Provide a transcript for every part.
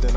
then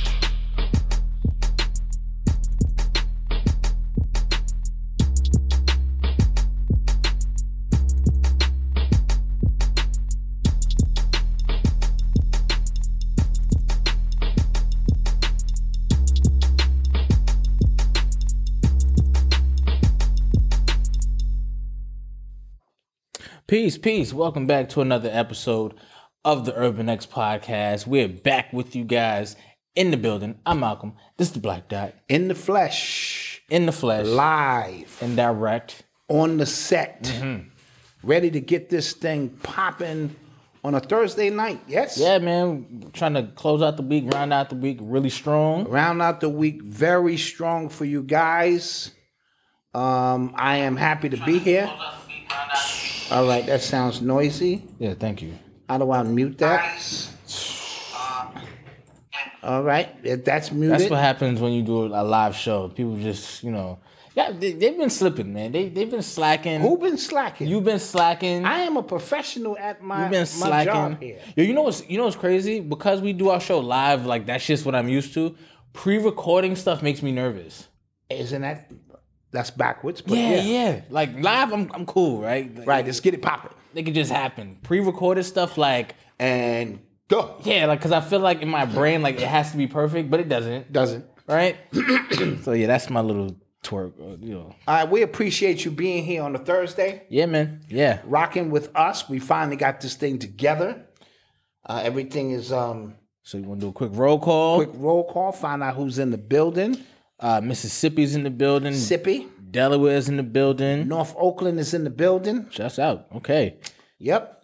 Peace, peace. Welcome back to another episode of the Urban X Podcast. We're back with you guys in the building. I'm Malcolm. This is the Black Dot in the flesh, in the flesh, live and direct. on the set, Mm-hmm. ready to get this thing popping on a Thursday night. Yes. Yeah, man. Trying to close out the week, round out the week really strong. Round out the week very strong for you guys. Um, I am happy to be here. All right, that sounds noisy. Yeah, thank you. How do I mute that? All right, if that's muted. That's what happens when you do a live show. People just, you know, yeah, they, they've been slipping, man. They they've been slacking. Who been slacking? You've been slacking. I am a professional at my, You've been my slacking. job here. Yo, you know what's you know what's crazy? Because we do our show live, like that's just what I'm used to. Pre-recording stuff makes me nervous. Isn't that that's backwards? But yeah, yeah, Like live, I'm I'm cool, right? Like, Right, let's get it popping. They could just happen. Pre-recorded stuff, like And go. yeah, like because I feel like in my brain, like it has to be perfect, but it doesn't, Doesn't. right? so yeah, that's my little twerk, uh, you know. All right, we appreciate you being here on a Thursday, Yeah, man. Yeah, rocking with us. We finally got this thing together. Uh, everything is um So you want to do a quick roll call? quick roll call, find out who's in the building. Uh, Mississippi's in the building. Sippy. Delaware's in the building. North Oakland is in the building. Shouts out. Okay. Yep.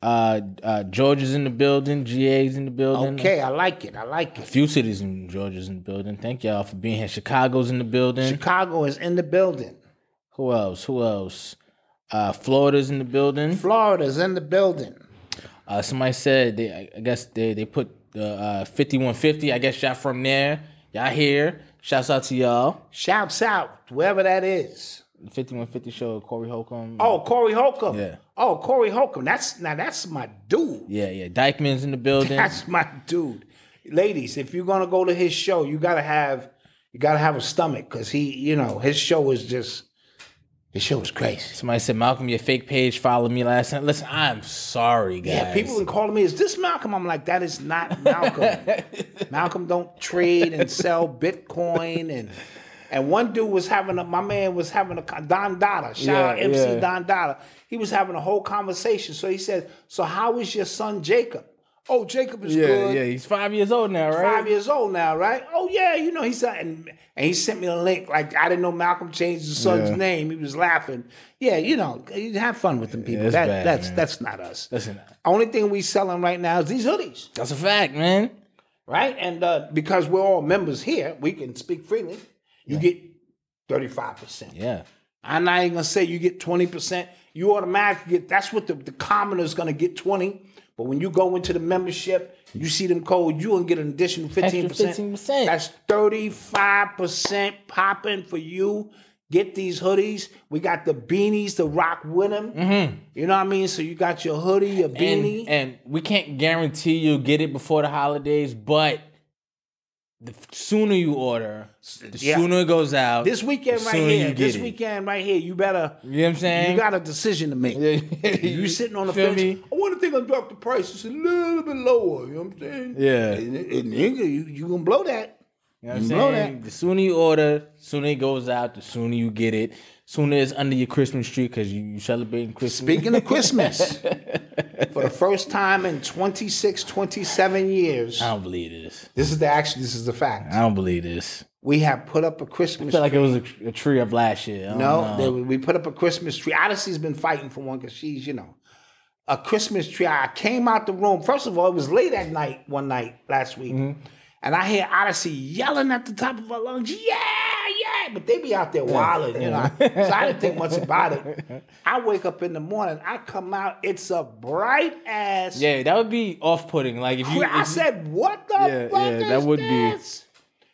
Uh, uh, Georgia's in the building. GA's in the building. Okay, I like it. I like it. Few cities in Georgia's in the building. Thank y'all for being here. Chicago's in the building. Chicago is in the building. Who else? Who else? Uh, Florida's in the building. Florida's in the building. Uh, somebody said they. I- I guess they they put the uh, fifty one fifty. I guess y'all from there. Y'all here. Shouts out to y'all. Shouts out, whoever that is. Fifty one fifty show. Corey Holcomb. Oh, Corey Holcomb. Yeah. Oh, Corey Holcomb. That's now that's my dude. yeah, yeah. Dykeman's in the building. That's my dude. Ladies, if you're gonna go to his show, you gotta have you gotta have a stomach because he, you know, his show is just The show was crazy. Somebody said, Malcolm, your fake page followed me last night. Listen, I'm sorry, guys. Yeah, people been calling me, is this Malcolm? I'm like, that is not Malcolm. Malcolm don't trade and sell Bitcoin and and one dude was having a my man was having a con- Don Dada, shout out Yeah, MC yeah. Don Dada. He was having a whole conversation. So he said, So how is your son Jacob? Oh, Jacob is Yeah, good. yeah. He's five years old now, right? Five years old now, right? Oh yeah, you know he said, and, and he sent me a link. Like I didn't know Malcolm changed his son's Yeah. name. He was laughing. Yeah, you know, you have fun with them people. it's that, bad, that's man. that's not us. Listen, Only thing we selling right now is these hoodies, that's a fact, man. right? And uh, because we're all members here, we can speak freely. You get thirty five percent. Yeah. I'm not even gonna say you get twenty percent. You automatically get. That's what the, the commoner's gonna get twenty. But when you go into the membership, you see them code. You gonna get an additional fifteen percent. 15%. That's thirty five percent popping for you. Get these hoodies. We got the beanies to rock with them. You know what I mean. So you got your hoodie, your beanie. Mm-hmm. And, and we can't guarantee you'll get it before the holidays, but the f- sooner you order, the Yeah. sooner it goes out. This weekend the right sooner here. you This get it. weekend right here. You better. You know what I'm saying? You got a decision to make. you sitting on the Feel fence. me? I want to think I drop the price just a little bit lower. You know what I'm saying? Yeah. And, and nigga, you, you gonna blow that. You know what I'm You know saying? The sooner you order, sooner it goes out, the sooner you get it. Sooner it's under your Christmas tree because you, you celebrating Christmas. Speaking of Christmas, for the first time in 26, 27 years, I don't believe this. this is the action. This is the fact. I don't believe this. We have put up a I Christmas. feel like it was a, a tree of last year. I don't No, know. they, we put up a Christmas tree. Odyssey's been fighting for one because she's, you know, a Christmas tree. I came out the room. First of all, it was late at night one night last week, Mm-hmm. and I hear Odyssey yelling at the top of her lungs, "Yeah, yeah!" But they be out there wilding, you know. so I didn't think much about it. I wake up in the morning. I come out. It's a bright ass. Yeah, that would be off putting. Like if you, Cri- I if you- said, "What the Yeah, fuck yeah, is that would be- this?"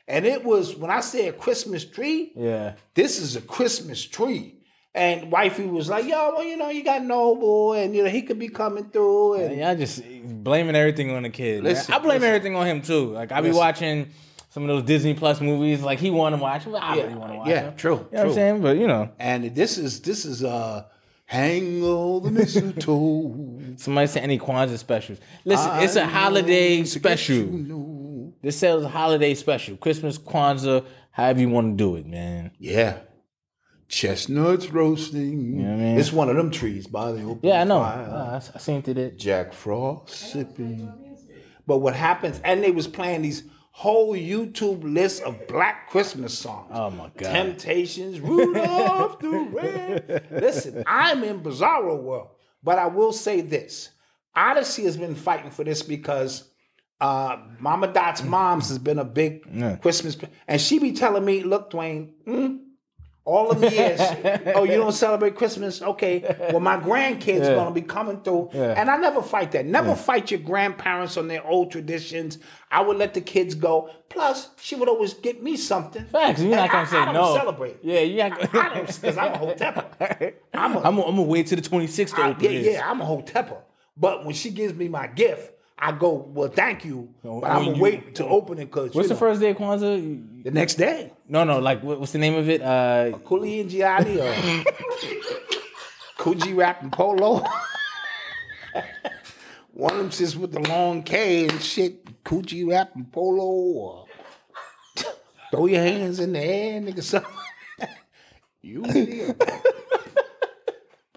And it was when I said Christmas tree yeah, this is a Christmas tree. And wifey was like, yo, well, you know, you got Noble, and you know, he could be coming through. And y'all just blaming everything on the kid. man. Listen, I blame listen. everything on him too. Like I be Listen. watching some of those Disney Plus movies. Like he want to watch, them, but I really want to watch. yeah, them. true, You know what true. I'm saying? But you know, and this is this is uh hang all the mistletoe. somebody said any Kwanzaa specials. Listen, Uh, it's a holiday special. This sells a holiday special, Christmas, Kwanzaa, however you want to do it, man. yeah. Chestnuts roasting. I mean? It's one of them trees by the open Yeah, I know. fire. Uh, I, I seen through that. Jack Frost sipping. But what happens, and they was playing these whole YouTube lists of black Christmas songs. Oh my god. Temptations, Rudolph the Red. Listen, I'm in Bizarro World, but I will say this: Odyssey has been fighting for this because uh, Mama Dot's mom's has been a big Christmas, and she be telling me, "Look, Dwayne, mm, all of the years, oh, you don't celebrate Christmas? Okay, well, my grandkids gonna be coming through, and I never fight that. Never fight your grandparents on their old traditions. I would let the kids go. Plus, she would always get me something. Facts. You're not And gonna I- say I don't no. Celebrate. Yeah, you're not. I don't because I'm a hotepa. I'm a, I'm gonna wait till the 26th to I- open yeah, this. yeah, I'm a hotepa. But when she gives me my gift, I go, well, thank you, but I'm when gonna you- wait to open it because What's the first day of Kwanzaa? The next day, No, no. Like, what, what's the name of it? Uh, Cooley and Gianni or Coogee Rap and Polo. One of them just with the long K and shit, Coogee Rap and Polo or throw your hands in the air, nigga, something. you here.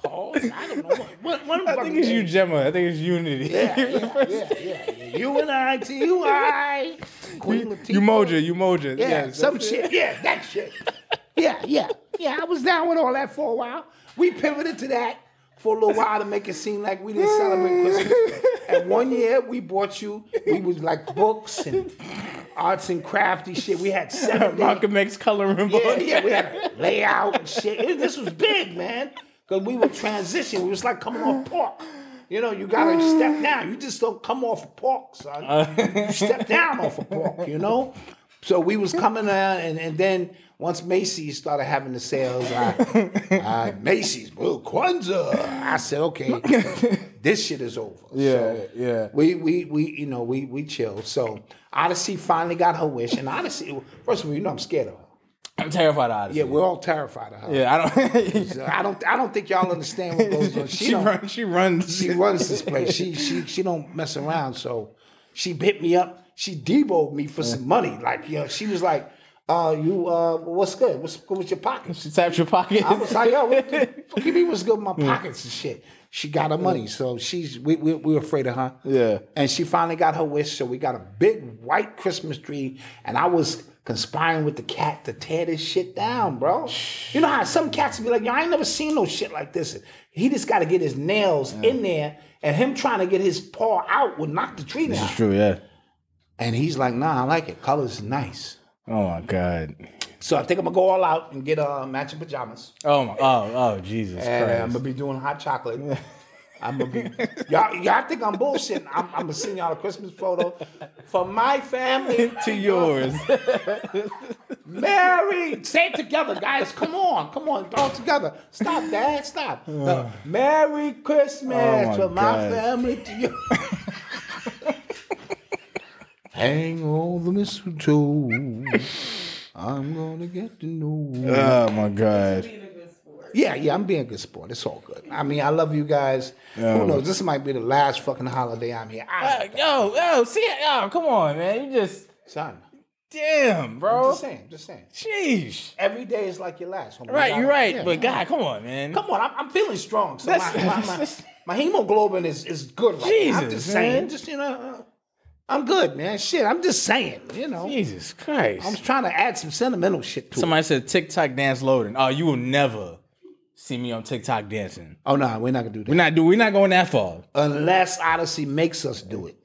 Pause. I don't know what. what, what I think it's you, Gemma. I think it's Unity. Yeah, yeah, yeah, yeah, yeah. You and I, T U I. Queen Latifah. You Moja, you Moja. Yeah, yes, some that's shit. Yeah, that shit. Yeah, yeah, yeah. I was down with all that for a while. We pivoted to that for a little while to make it seem like we didn't celebrate Christmas. And one year we bought you, we was like books and arts and crafty shit. We had it. seven. day- Malcolm X coloring book. yeah, yeah, we had layout and shit. It- this was big, man. Cause we were transitioning. We was like coming off pork. You know, you gotta step down. You just don't come off of pork, son. Uh. you step down off of pork, you know? So we was coming out and, and then once Macy's started having the sales, I, I Macy's, well, Kwanzaa. I said, okay, this shit is over. So yeah. we we we you know we we chilled. So Odyssey finally got her wish, and Odyssey first of all, you know I'm scared of her. I'm terrified of Odyssey. Yeah, we're all terrified of her. Yeah, I don't. I don't. I don't think y'all understand what goes on. She, she, don't- run, she runs. she runs this place. She she she don't mess around. So she hit me up. She deboed me for some money. Like you know, she was like, "Uh, you uh, what's good? What's good with your pockets?" She taps your pocket. I was like, "Yo, what what you mean what's good with Mm. my pockets and shit?" She got her money, so she's we we we were afraid of her. Yeah. and she finally got her wish. So we got a big white Christmas tree, and I was. Conspiring with the cat to tear this shit down, bro. You know how some cats be like, yo, I ain't never seen no shit like this. He just got to get his nails in there, and him trying to get his paw out would knock the tree down. It's true. Yeah. And he's like, nah, I like it. Color's nice. Oh my god. So I think I'm gonna go all out and get uh, matching pajamas. Oh my. Oh oh Jesus And I'm Christ. gonna be doing hot chocolate. I'm gonna be y'all. Y'all think I'm bullshitting? I'm, I'm gonna send y'all a Christmas photo for my family. to yours. Merry, say it together, guys. Come on, come on, all together. Stop, Dad. Stop. No, Merry Christmas Oh, my for my God. family to you. Hang on the mistletoe. I'm gonna get to know. oh my god. Yeah, yeah, I'm being a good sport. It's all good. I mean, I love you guys. Who knows? This might be the last fucking holiday I'm here. I, Uh, yo yo see yo come on man you just son, damn bro. just saying, just saying. Jeez. Every day is like your last. homie. You Right, gotta- you're right. yeah. but God, come on, man. come on, I'm, I'm feeling strong. So my, That's- my, my, my hemoglobin is is good. Right now. I'm Jesus, just saying, man. just you know, uh, I'm good, man. Shit, I'm just saying, you know. Jesus Christ. I'm just trying to add some sentimental shit to it. Somebody said TikTok dance loading. Oh, you will never see me on TikTok dancing. Oh no, we're not gonna do that. We're not do. We're not going that far. Unless Odyssey makes us do it.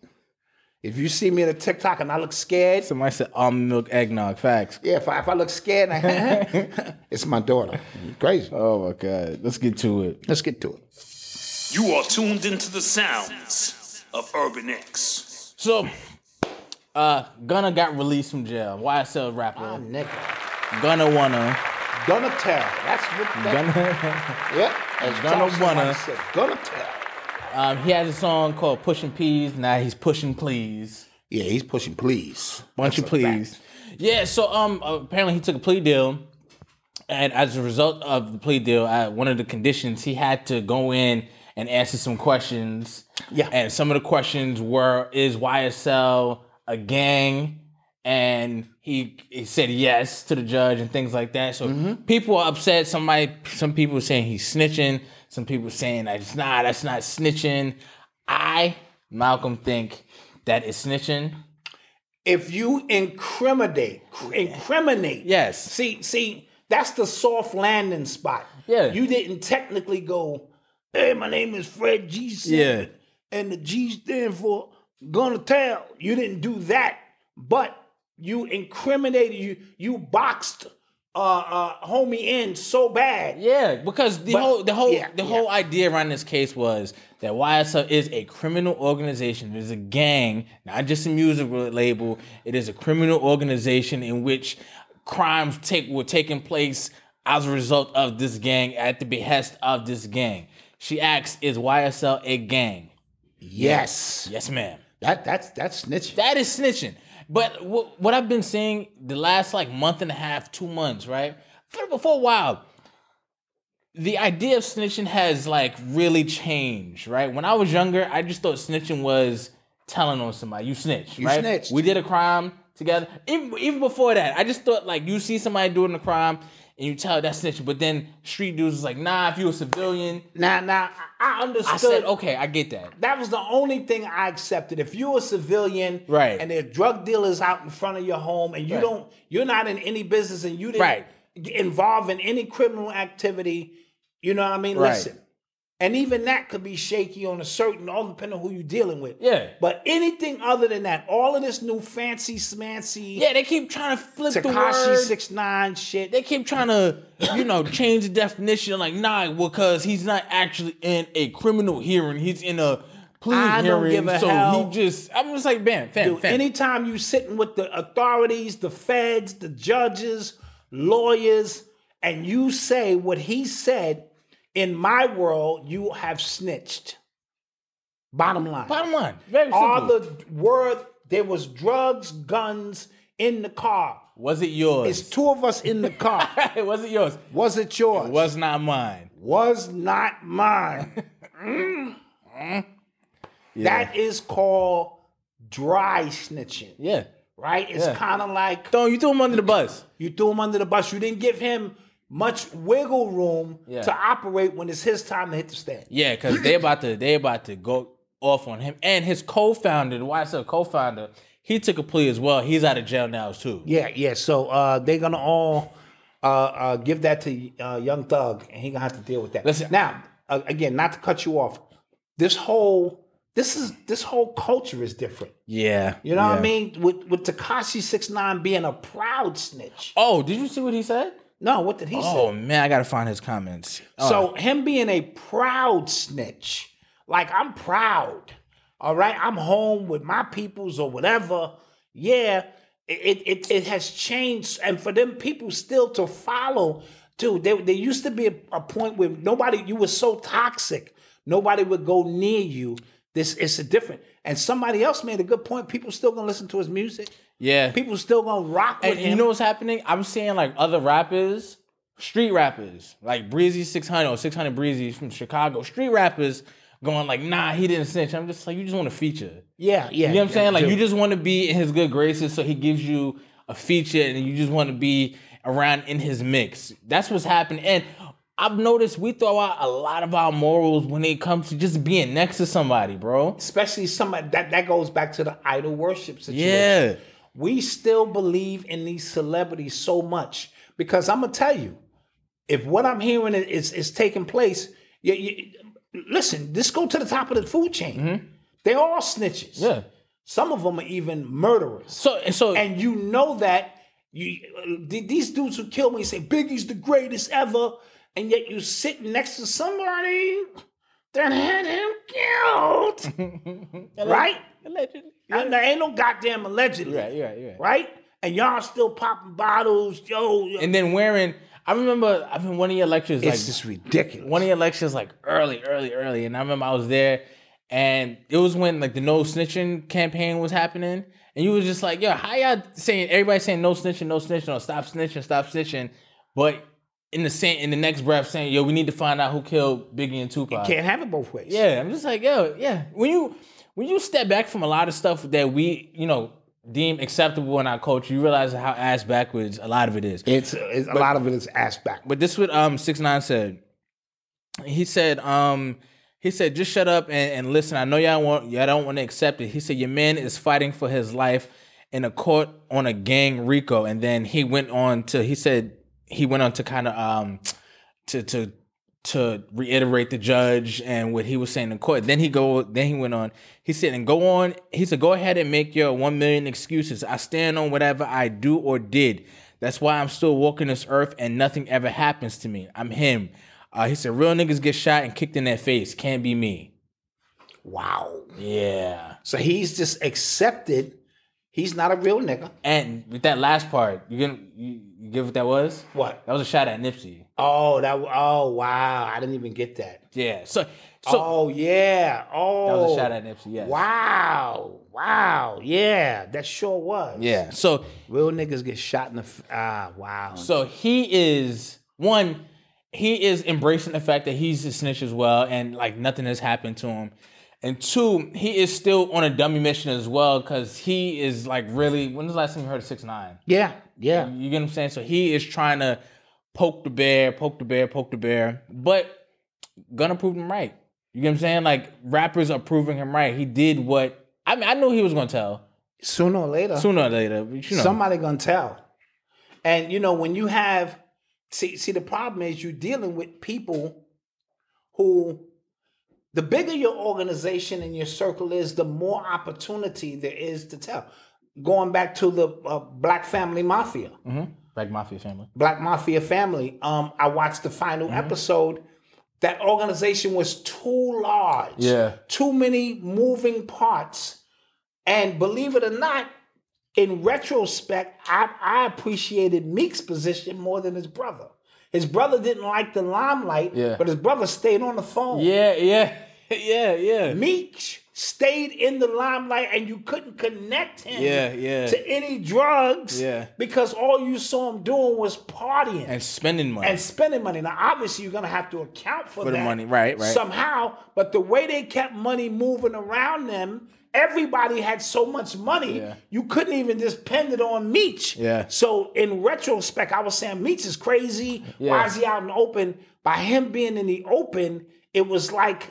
If you see me in a TikTok and I look scared, Somebody said almond milk eggnog. Facts. Yeah, if I, if I look scared, I, it's my daughter. Crazy. Oh my God. Let's get to it. Let's get to it. You are tuned into the sounds of Urban X. So, uh, Gunna got released from jail. YSL My rapper. nigga. Gunna wanna. Gonna tell. That's what that, Gunna. Yep. As Gonna Johnson wanna. once said, Gonna tell. um, he has a song called "Pushing Peas." Now he's pushing please. Yeah, he's pushing please. Bunch of That's a fact. please. Yeah. So um, apparently he took a plea deal, and as a result of the plea deal, uh, one of the conditions he had to go in and answer some questions. Yeah. And some of the questions were, "Is YSL a gang?" And he, he said yes to the judge and things like that. So Mm-hmm. people are upset. Somebody, some people saying he's snitching. Some people saying that's not. That's not snitching. I, Malcolm, think that is snitching. If you incriminate, incriminate. Yes. See, see, that's the soft landing spot. Yeah. You didn't technically go, hey, my name is Fred G. Simmons." Yeah. and the G stand for gonna tell. You didn't do that, but you incriminated you. You boxed uh, uh, homie in so bad. Yeah, because the But- whole the whole yeah, the yeah. whole idea around this case was that YSL is a criminal organization. It is a gang, not just a music label. It is a criminal organization in which crimes take were taking place as a result of this gang at the behest of this gang. She asks, "Is YSL a gang?" Yes, Yes, ma'am. that that's that's snitching. That is snitching. But what, what I've been seeing the last like month and a half, two months, right? For, for a while, the idea of snitching has like really changed, right? When I was younger, I just thought snitching was telling on somebody. You snitch, You right? snitched. We did a crime together. Even, even before that, I just thought like you see somebody doing a crime and you tell that's snitching. But then street dudes is like, nah, if you a civilian, now, now I I understood. I said, okay, I get that. That was the only thing I accepted. If you're a civilian, Right. and there are drug dealers out in front of your home, and you Right. don't, you're not in any business, and you didn't Right. get involved in any criminal activity, you know what I mean? Right. Listen, and even that could be shaky on a certain, all depending on who you're dealing with. Yeah. But anything other than that, all of this new fancy smancy, Yeah, they keep trying to flip the Takashi word. six nine shit. they keep trying to, you know, change the definition. Like, nah, because he's not actually in a criminal hearing. He's in a plea I hearing. don't give a so hell. he just, I'm just like, bam, fam, Dude, fam. anytime you sitting with the authorities, the feds, the judges, lawyers, and you say what he said, in my world, you have snitched. Bottom line. Bottom line, very simple. All the word there was drugs, guns, in the car. Was it yours? It's two of us in the car. it wasn't yours. Was it yours? Was not mine. was not mine. Mm-hmm. That is called dry snitching, Yeah. right? It's Yeah. kind of like Don't you threw him under the bus. you threw him under the bus. You didn't give him much wiggle room Yeah. to operate when it's his time to hit the stand. Yeah, because they about to they about to go off on him and his co-founder, the YSL co-founder. He took a plea as well. He's out of jail now too. Yeah, yeah. So uh, they're gonna all uh, uh, give that to uh, Young Thug, and he gonna have to deal with that. Listen- now, uh, again, not to cut you off, this whole this is this whole culture is different. Yeah, You know what I mean? With with Takashi Six Nine being a proud snitch. Oh, did you see what he said? No, what did he Oh say? man, I gotta find his comments. Oh, So him being a proud snitch, like I'm proud. All right, I'm home with my peoples or whatever. Yeah, it it, it, it has changed, and for them people still to follow. Dude, there, there used to be a, a point where nobody you were so toxic, nobody would go near you. This it's a different. And somebody else made a good point. People still gonna listen to his music. yeah, People still gonna rock with And him. you know what's happening? I'm seeing like other rappers, street rappers, like Breezy 600 or 600 Breezy from Chicago, street rappers going like, nah, he didn't snitch. I'm just like, you just want a feature. yeah, yeah. You know what I'm saying? Like, dude. you just want to be in his good graces, so he gives you a feature, and you just want to be around in his mix. That's what's happening. And I've noticed we throw out a lot of our morals when it comes to just being next to somebody, bro. especially somebody that that goes back to the idol worship situation. Yeah. We still believe in these celebrities so much because I'm gonna tell you, if what I'm hearing i- is is taking place, you, you, listen, just go to the top of the food chain. They're all snitches. Mm-hmm. Yeah. Some of them are even murderers. So and so And you know that you uh, th- these dudes who kill me say Biggie's the greatest ever, and yet you sitting next to somebody that had him killed, right? allegedly. And there ain't no goddamn allegedly, You're right, you're right, you're right. right? And y'all still popping bottles, yo. yo. And then wearing, I remember I've been one of your lectures like it's just ridiculous. one of your lectures like early, early, early. And I remember I was there and it was when like the no snitching campaign was happening. And you was just like, yo, how y'all saying everybody saying no snitching, no snitching, or stop snitching, stop snitching, but in the same in the next breath saying, yo, we need to find out who killed Biggie and Tupac. Can't have it both ways. Yeah, I'm just like, yo, yeah. When you when you step back from a lot of stuff that we, you know, deem acceptable in our culture, you realize how ass backwards a lot of it is. It's, it's a lot of it is ass back. But this what um six nine said. He said um he said just shut up and, and listen. I know y'all want y'all don't want to accept it. He said your man is fighting for his life in a court on a gang RICO, and then he went on to he said he went on to kind of um to to to reiterate the judge and what he was saying in court. Then he go then he went on. He said and go on. He said go ahead and make your 1 million excuses. I stand on whatever I do or did. That's why I'm still walking this earth and nothing ever happens to me. I'm him. Uh, he said real niggas get shot and kicked in their face. Can't be me. Wow. Yeah. So he's just accepted. He's not a real nigga. And with that last part, you gonna you, you give what that was? What? That was a shot at Nipsey. Oh, that. Oh, wow. I didn't even get that. Yeah. So so oh yeah. Oh, that was a shot at Nipsey. Yes. Wow. Wow. Yeah, that sure was. Yeah. So Real niggas get shot in the. F- ah, wow. So he is one. He is embracing the fact that he's a snitch as well, and like nothing has happened to him. And two, he is still on a dummy mission as well because he is like really. When was the last time you heard of six nine? yeah, yeah. You get what I'm saying? So he is trying to poke the bear, poke the bear, poke the bear, but gonna prove him right. You get what I'm saying? Like rappers are proving him right. He did what I mean. I knew he was gonna tell Sooner or later, sooner or later. But you know, somebody gonna tell. And you know when you have, see, see, the problem is you're dealing with people who. The bigger your organization and your circle is, the more opportunity there is to tell. Going back to the uh, Black Family Mafia, Black Mafia family. Black Mafia family. Um, I watched the final Mm-hmm. episode. That organization was too large. Yeah. Too many moving parts. And believe it or not, in retrospect, I, I appreciated Meek's position more than his brother. His brother didn't like the limelight, Yeah. but his brother stayed on the phone. Yeah, yeah. yeah, yeah. Meek stayed in the limelight and you couldn't connect him Yeah, yeah. to any drugs Yeah. because all you saw him doing was partying and spending money. and spending money. Now, obviously, you're going to have to account For for, the that money, right, right. Somehow, but the way they kept money moving around them, everybody had so much money, Yeah. you couldn't even just pin it on Meech. Yeah. So, in retrospect, I was saying Meech is crazy. Why Yeah. is he out in the open? By him being in the open, it was like,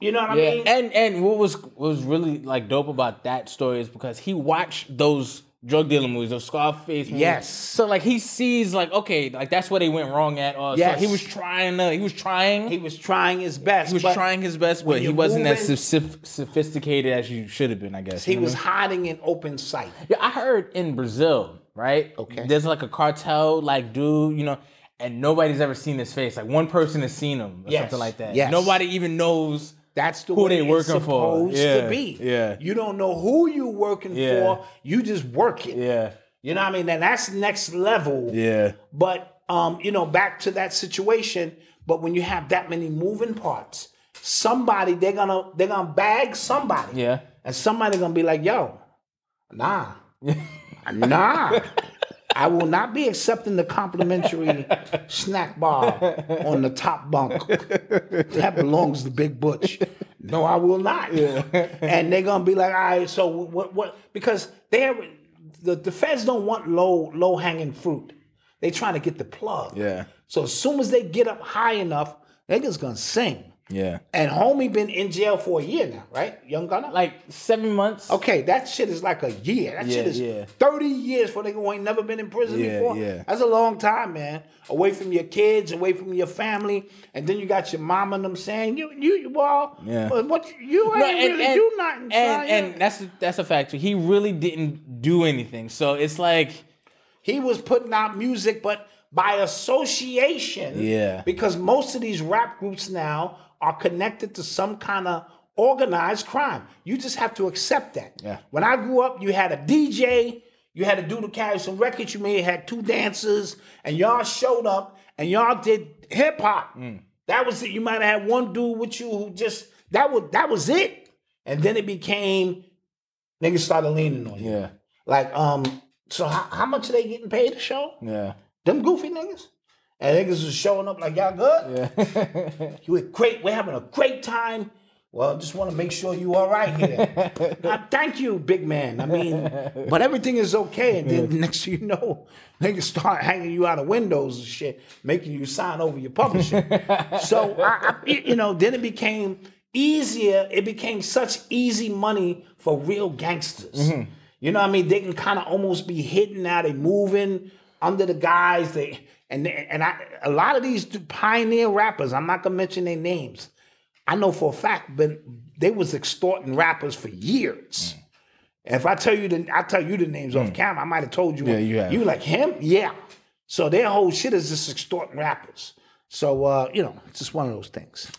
you know what yeah. I mean? and and what was what was really like dope about that story is because he watched those drug dealing movies, those Scarface movies. Yes. So like he sees like okay, like that's where they went wrong at. Uh, Yes. yes. he was trying to, he was trying. he was trying his best. He was but trying his best, when but he you're wasn't as moving- sophi- sophisticated as you should have been, I guess. He You know what I was mean? hiding in open sight. Yeah, I heard in Brazil, right? Okay. There's like a cartel, like dude, you know, and nobody's ever seen his face. Like one person has seen him or Yes, something like that. yes. Nobody even knows. That's the Who way they it's working for. supposed to Yeah, be. yeah. You don't know who you working Yeah. for. You just working. Yeah. You know what I mean? And that's next level. Yeah. But um, you know, back to that situation. But when you have that many moving parts, somebody they're gonna they're gonna bag somebody. Yeah. And somebody gonna be like, yo, nah. nah. I will not be accepting the complimentary snack bar on the top bunk. That belongs to Big Butch. No, I will not. and they're gonna be like, all right, so what what because they are the, the feds don't want low low hanging fruit. They trying to get the plug. Yeah. So as soon as they get up high enough, they just gonna sing. Yeah. And homie been in jail for a year now, right? Young Gunner? Like seven months. Okay, that shit is like a year. That shit Yeah, is yeah. 30 years for a nigga who ain't never been in prison Yeah, before. yeah. That's a long time, man. Away from your kids, away from your family, and then you got your mom and them saying, you, you, well, Yeah. well, what, you ain't No, really do nothing. son. and, and that's that's a fact too. He really didn't do anything. So it's like he was putting out music, but by association. Yeah. Because most of these rap groups now are connected to some kind of organized crime. You just have to accept that. Yeah. When I grew up, you had a DJ, you had a dude who carried some records, you may have had two dancers, and y'all showed up and y'all did hip hop. Mm. That was it. You might have had one dude with you who just that was that was it. And then it became niggas started leaning on you. yeah, Like, um, so how, how much are they getting paid to show? yeah, Them goofy niggas? And niggas was showing up like, y'all good? you were great. We're having a great time. Well, just want to make sure you all right here. Uh, thank you, big man. I mean, but everything is okay. And then next thing you know, niggas start hanging you out of windows and shit, making you sign over your publisher. so, I, I, you know, then it became easier. It became such easy money for real gangsters. You know what I mean? They can kind of almost be hidden now. They moving under the guys. They and and I a lot of these pioneer rappers. I'm not gonna mention their names. I know for a fact, but they was extorting rappers for years. If I tell you the I tell you the names off camera, I might have told you. Hmm. Yeah, you have. You like him? Yeah. So their whole shit is just extorting rappers. So uh, you know, it's just one of those things.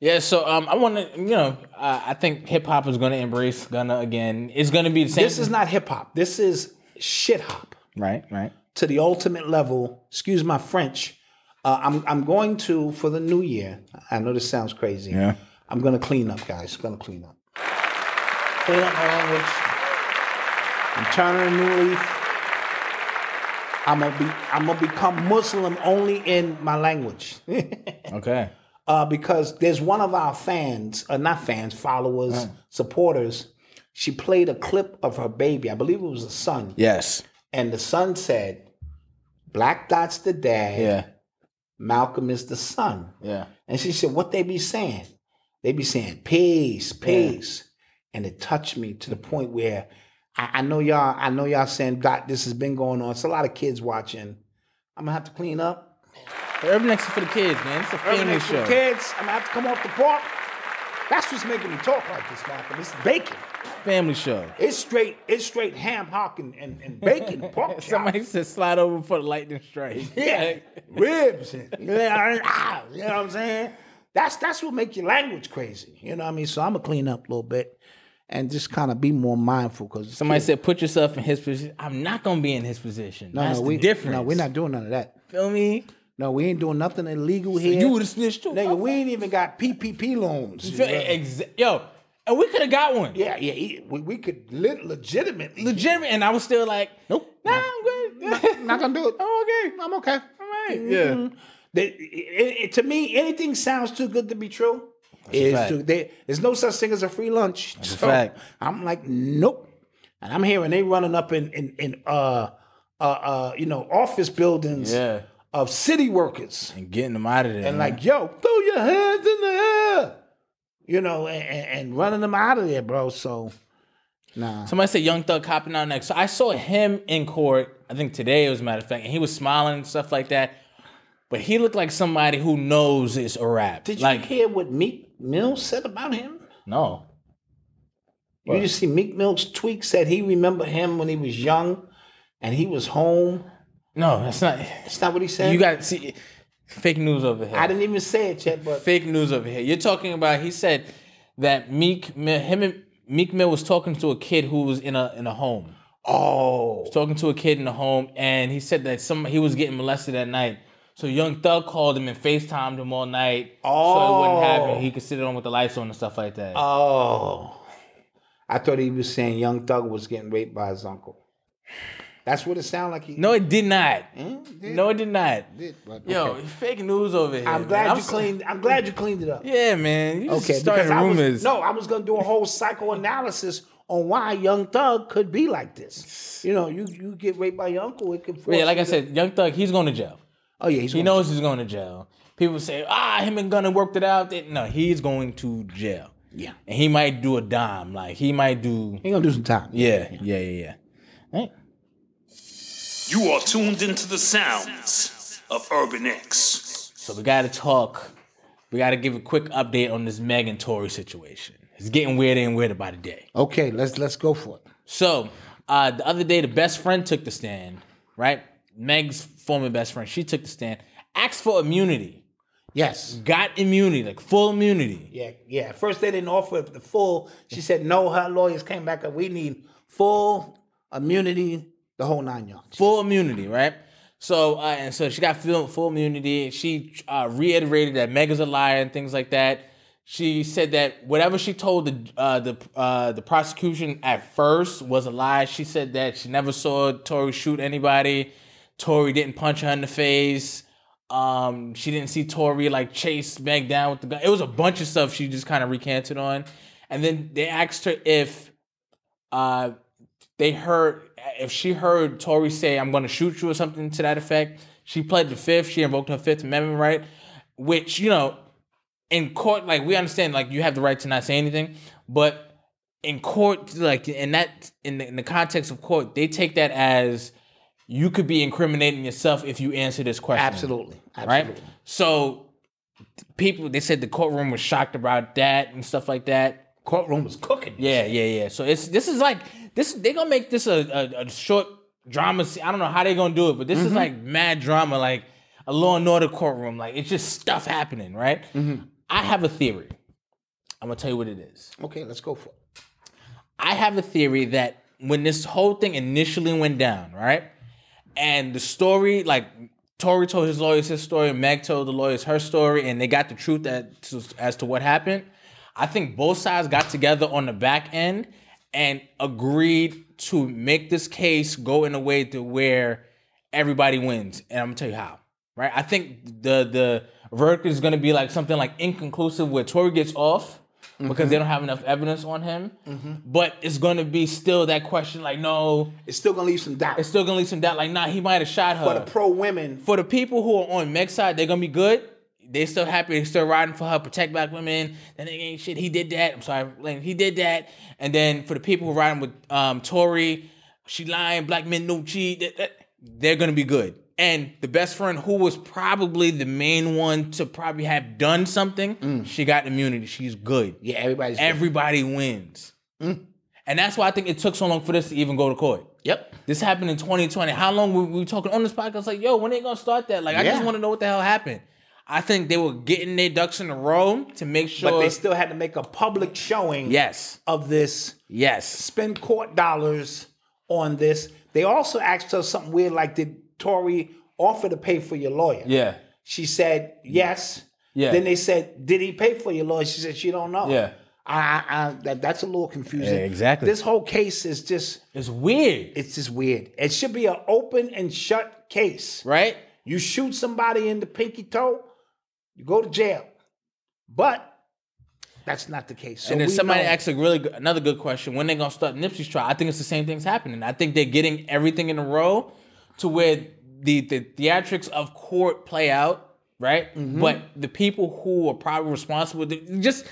yeah. So um, I want to, you know, uh, I think hip hop is gonna embrace Gunna again. It's gonna be the same. This is not hip hop. This is shit hop. right, right. to the ultimate level. Excuse my French. Uh, I'm I'm going to for the new year. I know this sounds crazy. Yeah. I'm gonna clean up, guys. I'm gonna clean up. Clean up my language. I'm turning a new leaf. I'm gonna be I'm gonna become Muslim only in my language. Okay. uh, because there's one of our fans, uh, not fans, followers, supporters. She played a clip of her baby. I believe it was a son Yes. and the son said, "Black Dot's the dad, Yeah. Malcolm is the son." Yeah. And she said, "What they be saying? They be saying peace, peace," and it touched me to the point where I, I know y'all, I know y'all saying, "Dot, this has been going on." It's a lot of kids watching. I'm gonna have to clean up. Urban X is for the kids, man. It's a family Urban X for show. kids. I'm gonna have to come off the park. That's what's making me talk like this, Malcolm. It's bacon. Family show. It's straight. It's straight ham hock and, and, and bacon pork chop. Somebody said slide over for the lightning strike. Yeah, ribs. and- Yeah, ah, you know what I'm saying? That's that's what make your language crazy. You know what I mean? So I'm gonna clean up a little bit and just kind of be more mindful because Somebody said put yourself in his position. I'm not gonna be in his position. "No, That's no, the we difference. no, we're not doing none of that. Feel me? No, we ain't doing nothing illegal here. You would have snitched too. Nigga, we ain't even got PPP loans. Yo, exa- e-, yo, and we could have got one. Yeah, yeah, he- we, we could lit legitimately. Legitimate. And I was still like, Nope. Nah, I'm good. not, not gonna do it. I'm okay. I'm okay. All right. Yeah. They- it- it- to me, anything sounds too good to be true. Is fact. too, they, there's no such thing as a free lunch. a fact. I'm like, nope. And I'm hearing they running up in in, in uh, uh uh you know office buildings Yeah. of city workers And getting them out of there. and like, yo, throw your hands in the air, you know, and, and, and running them out of there, bro. So, nah, Somebody said Young Thug copping out next. So I saw him in court, I think today, as a matter of fact, and he was smiling and stuff like that. But he looked like somebody who knows it's a rap. did you like, hear what Meek Mill said about him? No. You just see Meek Mill's tweet said he remember him when he was young and he was home. No, that's not. That's not what he said. You got see fake news over here. I didn't even say it yet, but fake news over here. You're talking about he said that Meek Mill, him and Meek Mill was talking to a kid who was in a in a home. oh, was talking to a kid in the home, and he said that some he was getting molested that night. So Young Thug called him and FaceTimed him all night, so it wouldn't happen. He could sit on with the lights on and stuff like that. oh. I thought he was saying Young Thug was getting raped by his uncle. That's what it sounded like. He, no, it did not. Mm, No, it did not. did, but- Yo, fake news over here. I'm man. glad you so- cleaned. I'm glad you cleaned it up. Yeah, man. You okay, just starting because I was- rumors. no, I was gonna do a whole psychoanalysis on why Young Thug could be like this. You know, you you get raped by your uncle, it could. force yeah, like you I to- said, Young Thug, he's going to jail. oh yeah, he's He gonna- knows he's going to jail. People say, ah, him and Gunna worked it out. They- No, he's going to jail. Yeah, And he might do a dime. Like, he might do. he gonna do some time. Yeah, yeah, yeah, yeah. Right? You are tuned into the sounds of Urban X. So we gotta talk. We gotta give a quick update on this Meg and Tory situation. It's getting weirder and weirder by the day. Okay, let's let's go for it. So uh, the other day, the best friend took the stand, right? Meg's former best friend, she took the stand, asked for immunity, Yes. got immunity, like full immunity. Yeah, yeah. First they didn't offer the full. She said no. Her lawyers came back and we need full immunity, the whole nine yards. full immunity, right? So uh, and so she got full, full immunity. She uh, reiterated that Meg is a liar and things like that. She said that whatever she told the uh, the uh, the prosecution at first was a lie. She said that she never saw Tori shoot anybody. Tori didn't punch her in the face. Um, she didn't see Tori like chase Meg down with the gun. It was a bunch of stuff she just kind of recanted on. And then they asked her if uh, they heard if she heard Tori say I'm going to shoot you or something to that effect. She pled the fifth. She invoked her Fifth Amendment right, which you know, in court like we understand like you have the right to not say anything, but in court like in that in the, in the context of court they take that as you could be incriminating yourself if you answer this question. Absolutely. Right. Absolutely. So people they said the courtroom was shocked about that and stuff like that. Courtroom was cooking. Yeah, yeah, yeah. So it's this is like this. They're gonna make this a, a, a short drama. Scene. I don't know how they're gonna do it, but this is like mad drama, like a Law and Order courtroom. Like it's just stuff happening, right? I have a theory. I'm gonna tell you what it is. Okay, let's go for it. I have a theory that when this whole thing initially went down, right, and the story, like Tory told his lawyers his story, Meg told the lawyers her story, and they got the truth that as to what happened. I think both sides got together on the back end and agreed to make this case go in a way to where everybody wins, and I'm gonna tell you how. Right? I think the the verdict is gonna be like something like inconclusive, where Tory gets off because they don't have enough evidence on him. But it's gonna be still that question, like, no, It's still gonna leave some doubt. it's still gonna leave some doubt. Like, nah, he might have shot her. for the pro women. For the people who are on Meg's side, they're gonna be good. They still happy. They still riding for her. Protect black women. That nigga ain't shit. He did that. I'm sorry, Lane. He did that. And then for the people who riding with um, Tory, she lying. Black men don't cheat. That- that- They're gonna be good. And the best friend, who was probably the main one to probably have done something, she got immunity. She's good. Mm. Yeah, everybody's Mm. Everybody wins. And that's why I think it took so long for this to even go to court. Yep. This happened in 2020. How long were we talking on this podcast? Like, yo, when they gonna start that? Like, I Yeah. just want to know what the hell happened. I think they were getting their ducks in a row to make sure. But they still had to make a public showing yes, of this, yes. spend court dollars on this. They also asked her something weird like, did Tory offer to pay for your lawyer? Yeah. She said yes. Yeah. Then they said, "Did he pay for your lawyer?" She said, "She don't know." Yeah. I, I, I that, that's a little confusing. Yeah, exactly. This whole case is just It's weird, it's just weird. It should be an open and shut case. right? You shoot somebody in the pinky toe, you go to jail. But that's not the case. So and then we somebody know- asked a really good, another good question: When they gonna start Nipsey's trial? I think it's the same things happening. I think they're getting everything in a row to where the the theatrics of court play out, right? Mm-hmm. But the people who are probably responsible, the- just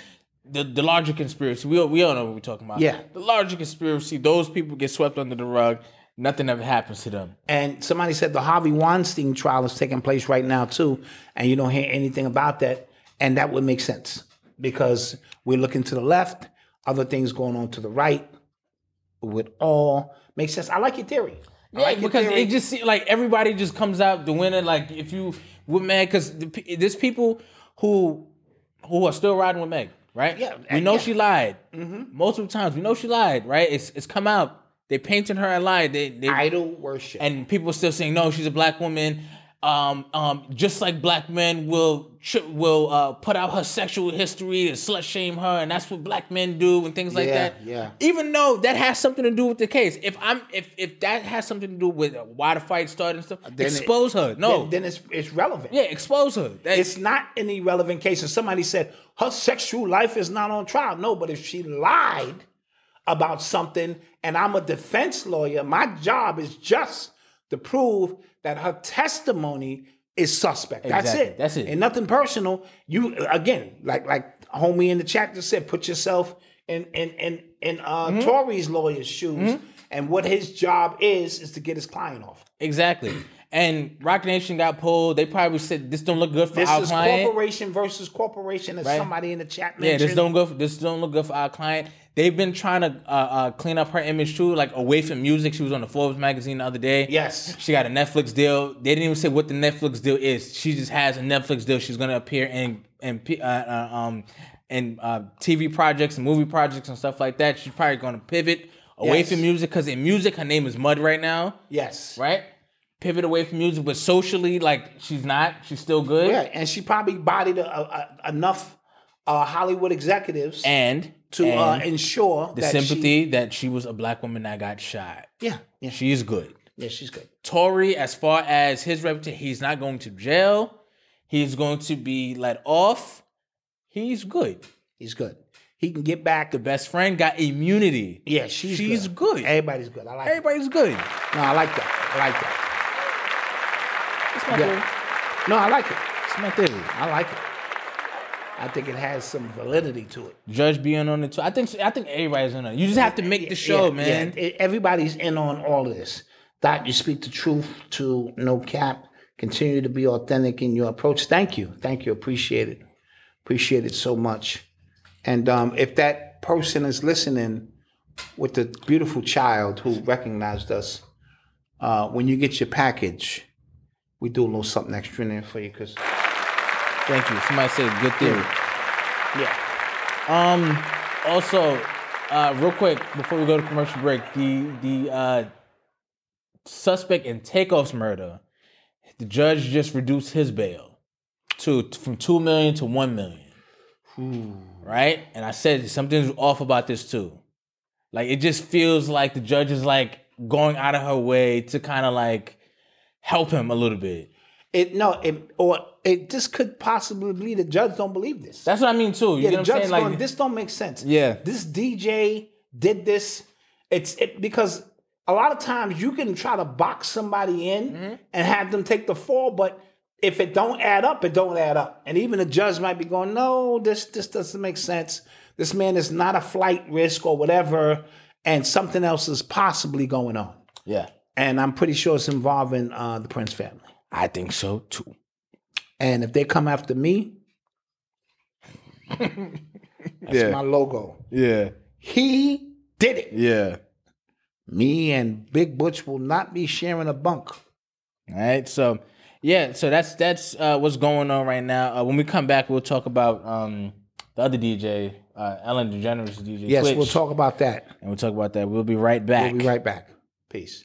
the, the larger conspiracy. We all, we all know what we're talking about. Yeah. the larger conspiracy. Those people get swept under the rug. Nothing ever happens to them. And somebody said the Harvey Weinstein trial is taking place right now too, and you don't hear anything about that. And that would make sense because we're looking to the left, other things going on to the right. It would all make sense. I like your theory. Yeah, I like your because theory. it just seems like everybody just comes out the winner. Like if you with Meg, because the, there's people who who are still riding with Meg, right? Yeah, we know yeah. she lied multiple times. We know she lied, right? It's it's come out. They painted her a lie. They, they idol worship. and people are still saying no, she's a black woman. Um, um, just like black men will tri- will uh, put out her sexual history and slut shame her, and that's what black men do and things like Yeah, that. yeah. Even though that has something to do with the case, if I'm if if that has something to do with why the fight started and stuff, Then it- expose her. No, then, then it's it's relevant. yeah, expose her. That- It's not an irrelevant case. And somebody said her sexual life is not on trial. No, but if she lied about something, and I'm a defense lawyer, my job is just to prove that her testimony is suspect. Exactly. That's it. That's it. And nothing personal. You again, like like homie in the chat just said, put yourself in in in in uh, Mm-hmm. Tory's lawyer's shoes. And what his job is is to get his client off. exactly. And Rock Nation got pulled. They probably said this don't look good for This our is client. corporation versus corporation, as Right. somebody in the chat Yeah, mentioned. this don't go. This don't look good for our client. They've been trying to uh, uh, clean up her image too, like away from music. She was on the Forbes magazine the other day. Yes. she got a Netflix deal. They didn't even say what the Netflix deal is. She just has a Netflix deal. She's gonna appear in in P- uh, uh, um in uh, TV projects and movie projects and stuff like that. She's probably gonna pivot away Yes. from music because in music her name is Mud right now, Yes. right? Pivot away from music, but socially, like she's not. She's still good. Yeah, and she probably bodied a, a, a- enough uh, Hollywood executives And to and uh, ensure the that she- sympathy that she was a black woman that got shot. yeah, yeah, she, She's good. yeah, she's good. Tory, as far as his reputation, he's not going to jail. He's going to be let off. He's good. He's good. He can get back. The best friend got immunity. Yeah, she's She's good. good. Everybody's good. I like. Everybody. Everybody's good. No, I like that. I like that. That's my Yeah. theory. No, I like it. That's my theory. I like it. I think it has some validity to it. Judge being on it too. I think I think everybody's on it. You just have to make the show, Yeah, man. yeah. E- Everybody's in on all of this. Doc, you speak the truth to no cap. Continue to be authentic in your approach. Thank you. Thank you. Appreciate it. Appreciate it so much. And um, if that person is listening with the beautiful child who recognized us, uh, when you get your package, we do a little something extra in there for you because, Thank you. Somebody said good theory. yeah. Um. Also, uh, real quick before we go to commercial break, the the uh, suspect in Takeoff's murder, the judge just reduced his bail to from two million to one million. Right, and I said something's off about this too. Like it just feels like the judge is like going out of her way to kind of like help him a little bit. It, no, it, or it, this could possibly be the judge don't believe this. That's what I mean too. You know Yeah, the what I'm judge's saying? Like going, this don't make sense. Yeah. This DJ did this. It's it, because a lot of times you can try to box somebody in Mm-hmm. and have them take the fall, but if it don't add up, it don't add up. And even the judge might be going, no, this this doesn't make sense. This man is not a flight risk or whatever, and something else is possibly going on. yeah, And I'm pretty sure it's involving uh, the Prince family. I think so too. And if they come after me, that's Yeah. my logo. Yeah. He did it. Yeah. Me and Big Butch will not be sharing a bunk. All right, so yeah, so that's that's uh, what's going on right now. Uh, when we come back, we'll talk about um, the other DJ, uh, Ellen DeGeneres DJ. Yes, Twitch, we'll talk about that. and we'll talk about that. We'll be right back. We'll be right back. Peace.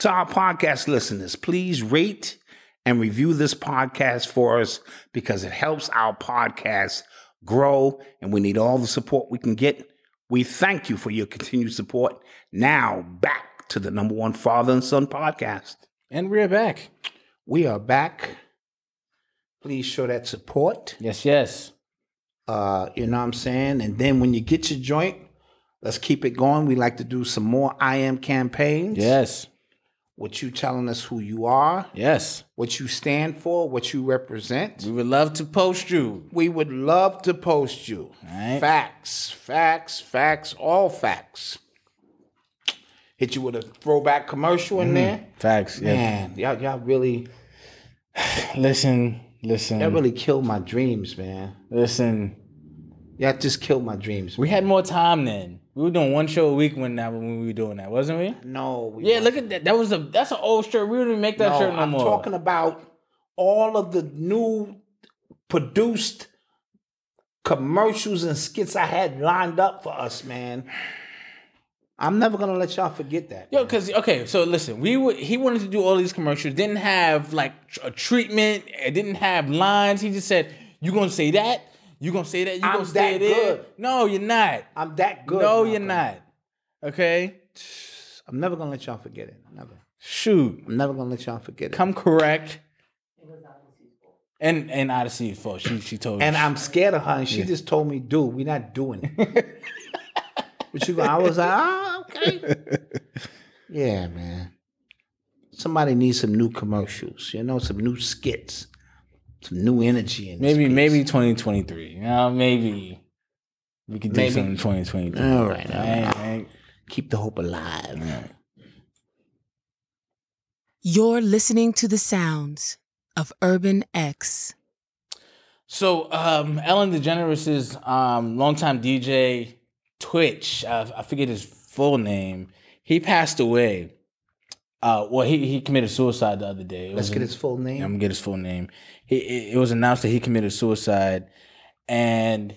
To our podcast listeners, please rate and review this podcast for us because it helps our podcast grow and we need all the support we can get. We thank you for your continued support. Now, back to the number one father and son podcast. And we're back. We are back. Please show that support. Yes, yes. Uh, you know what I'm saying? And then when you get your joint, let's keep it going. We like to do some more I am campaigns. Yes. What you telling us who you are, Yes. what you stand for, what you represent. We would love to post you. We would love to post you. Right. Facts, facts, facts, all facts. Hit you with a throwback commercial in there. Facts. Mm-hmm. Yeah. Man, y'all, y'all really, Listen, listen, that really killed my dreams, man. listen. Y'all just killed my dreams. We had more time then. We were doing one show a week when that when we were doing that, wasn't we? no, we Yeah, look at that. That was a that's an old shirt. We didn't make that no, shirt no I'm more. talking about all of the new produced commercials and skits I had lined up for us, man. I'm never gonna let y'all forget that. Yo, cause okay, so listen, we were, he wanted to do all these commercials, didn't have like tr- a treatment, it didn't have lines. He just said, "You gonna say that? You gonna say that? You I'm gonna say that there? good. No, you're not. I'm that good. no, you're Malcolm. not. Okay, I'm never gonna let y'all forget it. Never. shoot, I'm never gonna let y'all forget it. come correct. And and Odyssey is full. She she told and you. I'm scared of her, and she just told me, "Dude, we're not doing it." but you, go- I was like, "Ah, okay." yeah, man. Somebody needs some new commercials, you know, some new skits, some new energy. In this maybe piece. maybe 2023. You know, maybe we could do Maybe. something in 2023. All right, all Hey, right. hey. keep the hope alive. You're listening to the sounds of Urban X. So, um, Ellen DeGeneres' um, longtime DJ, Twitch, I, I forget his full name, he passed away. Uh, well, he, he committed suicide the other day. It Let's was- get his full I'm gonna name. get his full name. He, it, it was announced that he committed suicide, and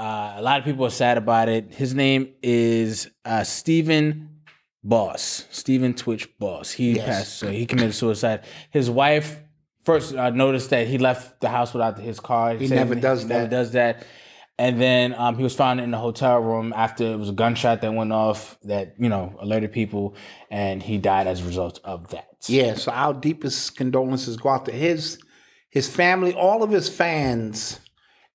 uh, a lot of people are sad about it. His name is uh, Stephen Boss, Stephen Twitch Boss. He Yes. passed, so he committed suicide. His wife first uh, noticed that he left the house without his car. He said never does he that. Never does that. And then um, he was found in the hotel room after it was a gunshot that went off that you know alerted people, and he died as a result of that. Yeah. So our deepest condolences go out to his, his family, all of his fans,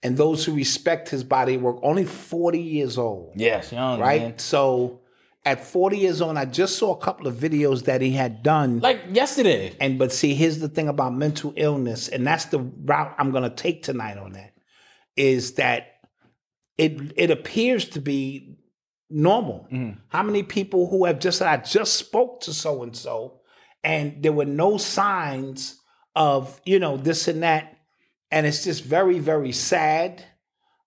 and those who respect his body of work. Only 40 years old. Yes, young right? man. So at 40 years old, I just saw a couple of videos that he had done. like yesterday. and but see, here's the thing about mental illness, and that's the route I'm gonna take tonight on that, is that it it appears to be normal. How many people who have just I just spoke to so and so, and there were no signs of you know this and that, and it's just very very sad.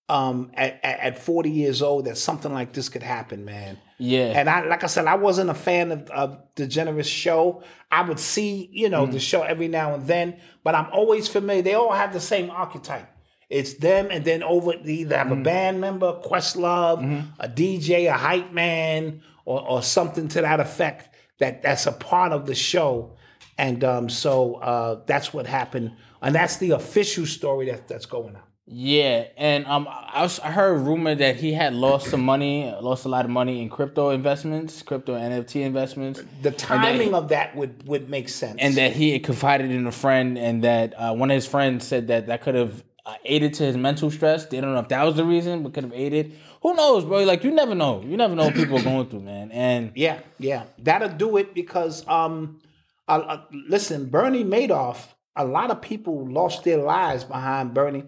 um, at, at, at 40 years old that something like this could happen, man. Yeah. And I, like I said, I wasn't a fan of, of the generous show. I would see, you know, the show every now and then, but I'm always familiar. They all have the same archetype. It's them, and then over they either have a band member, Questlove, a DJ, a hype man, or, or something to that effect. That that's a part of the show, and um, so uh, that's what happened, and that's the official story that, that's going on. Yeah, and um, I, was, I heard rumor that he had lost some money, lost a lot of money in crypto investments, crypto NFT investments. The timing of that would would make sense. and that he had confided in a friend, and that uh, one of his friends said that that could have uh, aided to his mental stress. They don't know if that was the reason, but could have aided. Who knows, bro? Like you never know. You never know what people are going through, man. And Yeah, yeah, that'll do it because um, uh, uh, listen, Bernie Madoff. A lot of people lost their lives behind Bernie.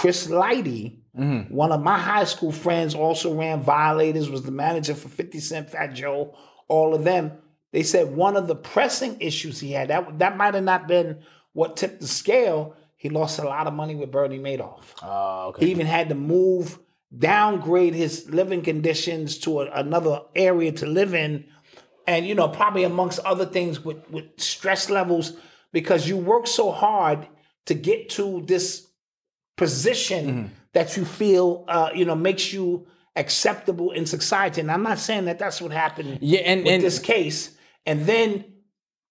Chris Lighty, one of my high school friends, also ran Violators. Was the manager for Fifty Cent, Fat Joe, all of them. They said one of the pressing issues he had that that might have not been what tipped the scale. He lost a lot of money with Bernie Madoff. He even had to move, downgrade his living conditions to a, another area to live in. And, you know, probably amongst other things with, with stress levels, because you work so hard to get to this position Mm-hmm. that you feel, uh, you know, makes you acceptable in society. And I'm not saying that that's what happened yeah, and with and this case. And then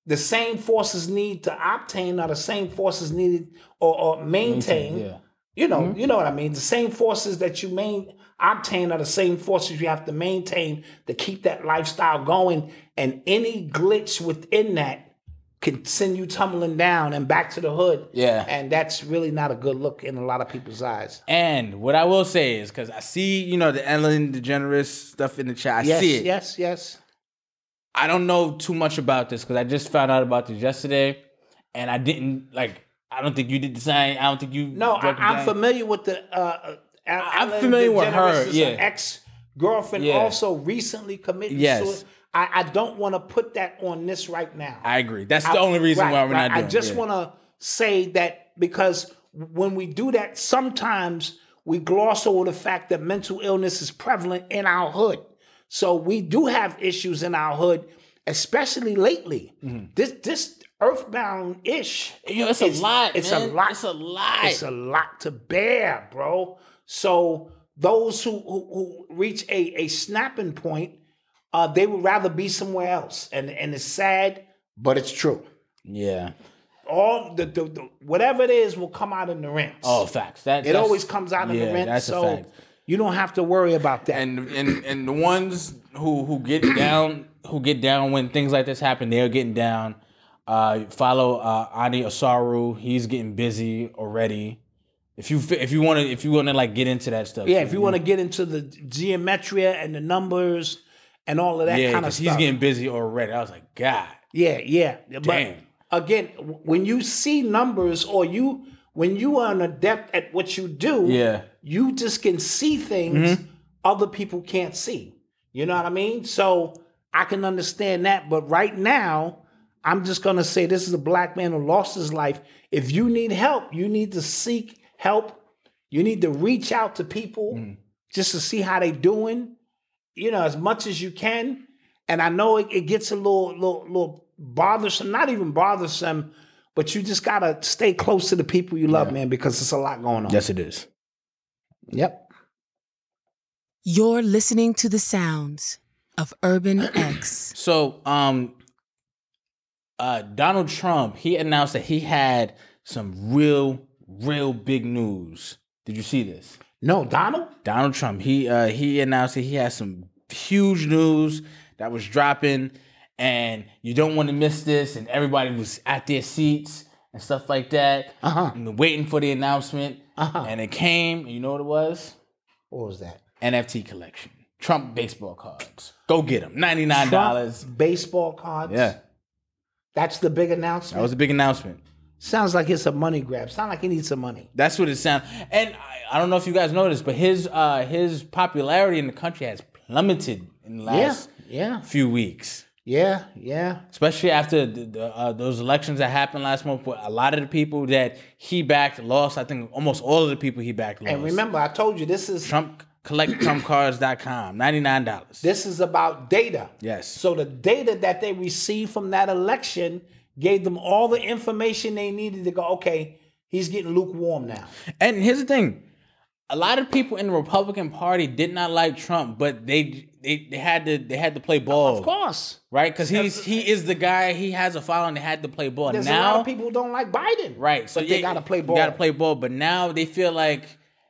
the same forces need to obtain are the same forces needed or, or maintain. yeah. You know, Mm-hmm. you know what I mean. The same forces that you main obtain are the same forces you have to maintain to keep that lifestyle going. And any glitch within that can send you tumbling down and back to the hood. Yeah. And that's really not a good look in a lot of people's eyes. and what I will say is because I see you know the Ellen DeGeneres stuff in the chat. I Yes, see it. yes, yes. I don't know too much about this because I just found out about this yesterday, and I didn't like. I don't think you did the same. I don't think you. No, I, broke it I'm down. familiar with the. Uh, I'm familiar with her, yeah. ex girlfriend Yeah. also recently committed Yes. suicide. I, I don't want to put that on this right now. I agree. That's I- the only reason right, why we're right. not doing. I just it. want to say that because when we do that, sometimes we gloss over the fact that mental illness is prevalent in our hood. So we do have issues in our hood, especially lately. This this earthbound ish. Yo, Mm-hmm. it's a lot, It's man. a lot. It's a lot. It's a lot to bear, bro. So those who who, who reach a a snapping point, uh, they would rather be somewhere else, and and it's sad, but it's true. Yeah. All the, the, the whatever it is will come out in the rents. Oh, facts. That it always comes out in the rent. That's so a fact. you don't have to worry about that. And and and the ones who who get down who get down when things like this happen, they're getting down. Uh, follow uh, Ani Osaru. He's getting busy already. If you fi- if you want to if you want to like get into that stuff, yeah, if you want to get into the geometria and the numbers and all of that yeah, kind of 'cause he's stuff, getting busy already. I was like, God, Yeah, yeah. Damn. But again, w- when you see numbers or you when you are an adept at what you do, Yeah. you just can see things other people can't see. You know what I mean? So I can understand that, but right now I'm just gonna say this is a black man who lost his life. If you need help, you need to seek help. You need to reach out to people just to see how they doing. You know, as much as you can. And I know it, it gets a little, little, little bothersome. Not even bothersome, but you just gotta stay close to the people you love, man, because it's a lot going on. yes, it is. Yep. You're listening to the sounds of Urban X. So, um, uh, Donald Trump he announced that he had some real, real big news. Did you see this? No, Donald. Donald Trump he uh, he announced that he has some huge news that was dropping, and you don't want to miss this. And everybody was at their seats and stuff like that, Uh-huh. and waiting for the announcement. Uh-huh. And it came. And you know what it was? What was that? NFT collection, Trump baseball cards. Go get them, ninety nine dollars. Trump baseball cards. Yeah, That's the big that announcement. was a big announcement. Sounds like it's a money grab. Sounds like he needs some money. That's what it sounds. And I, I don't know if you guys noticed, but his uh, his popularity in the country has plummeted in the last Yeah. Yeah. few weeks. Yeah, yeah. especially after the, the, uh, those elections that happened last month, where a lot of the people that he backed lost. I think almost all of the people he backed lost. And remember, I told you this is Trump collect TrumpCards.com, ninety nine dollars. this is about data. Yes. So the data that they received from that election gave them all the information they needed to go, okay, he's getting lukewarm now. And here's the thing: a lot of people in the Republican Party did not like Trump, but they they, they had to they had to play ball, Of course. right? Because he's he is the guy. He has a following. They had to play ball. There's now a lot of people who don't like Biden. Right. So but yeah, they gotta play you ball. Gotta play ball. But now they feel like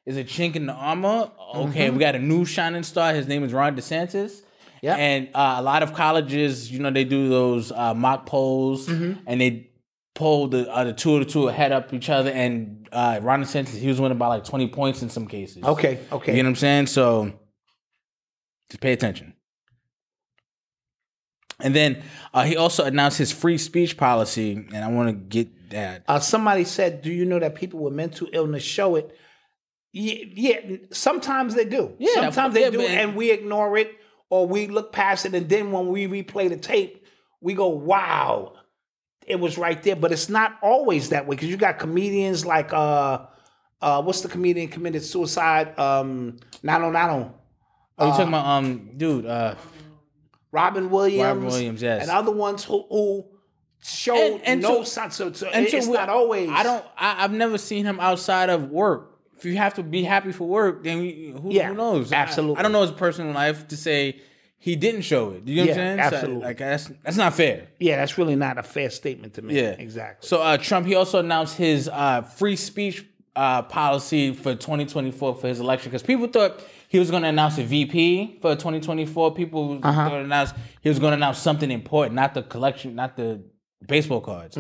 is a chink in the armor. Okay, Mm-hmm. we got a new shining star. His name is Ron DeSantis. Yep. And uh, a lot of colleges, you know, they do those uh, mock polls, Mm-hmm. and they poll the uh, the two of the two ahead up each other. And uh, Ron DeSantis, he was winning by like twenty points in some cases. Okay, You okay. know what I'm saying? So just pay attention. And then uh, he also announced his free speech policy, and I want to get that. uh, somebody said, Do you know that people with mental illness show it? Yeah, yeah sometimes they do. Yeah, sometimes they yeah, do, but- and we ignore it or we look past it. And then when we replay the tape, we go, Wow, it was right there. But it's not always that way because you got comedians like, uh, uh, what's the comedian committed suicide? Um, Nano Nano. Are you Uh, talking about um, dude? Uh, Robin Williams, Williams, yes. and other ones who, who showed And- and so- no signs. So, so and it- so it's we- not always. I don't. I, I've never seen him outside of work. If you have to be happy for work, then you- who, Yeah, who knows? I- absolutely. I, don't know his personal life to say he didn't show it. You know what Yeah, I'm saying? So, absolutely. like that's that's not fair. Yeah, that's really not a fair statement to make. Yeah, exactly. So uh, Trump he also announced his uh, free speech uh, policy for 2024 for his election because people thought he was going to announce a VP for 2024. People thought announce he was going to announce something important, not the collection, not the baseball cards.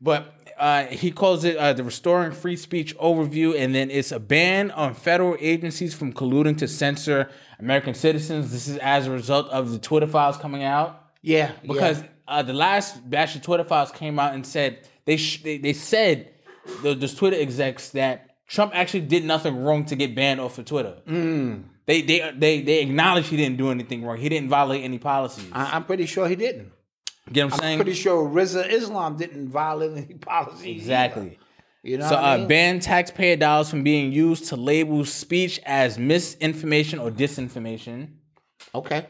But uh, he calls it uh, the Restoring Free Speech Overview, and then it's a ban on federal agencies from colluding to censor American citizens. This is as a result of the Twitter files coming out yeah, because uh, the last batch of Twitter files came out and said they sh- they, they said the, those Twitter execs that Trump actually did nothing wrong to get banned off of Twitter. Mm. They they they they acknowledge he didn't do anything wrong. He didn't violate any policies. I, am pretty sure he didn't. you get what I'm I'm saying? pretty sure Riza Islam didn't violate any policies. either. exactly. You know. So what I uh, mean? ban taxpayer dollars from being used to label speech as misinformation or disinformation. okay.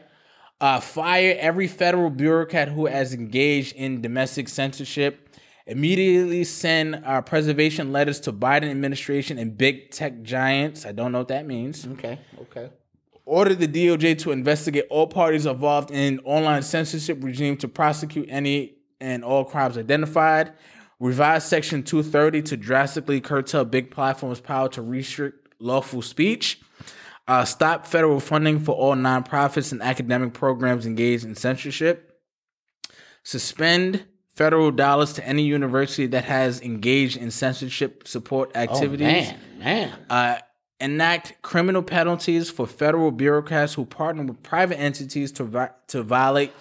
uh, fire every federal bureaucrat who has engaged in domestic censorship immediately send uh, preservation letters to biden administration and big tech giants i don't know what that means Okay. Okay. order the doj to investigate all parties involved in online censorship regime to prosecute any and all crimes identified revise section 230 to drastically curtail big platforms power to restrict lawful speech uh, stop federal funding for all nonprofits and academic programs engaged in censorship. Suspend federal dollars to any university that has engaged in censorship support activities. Oh, man. Uh, enact criminal penalties for federal bureaucrats who partner with private entities to vi- to violate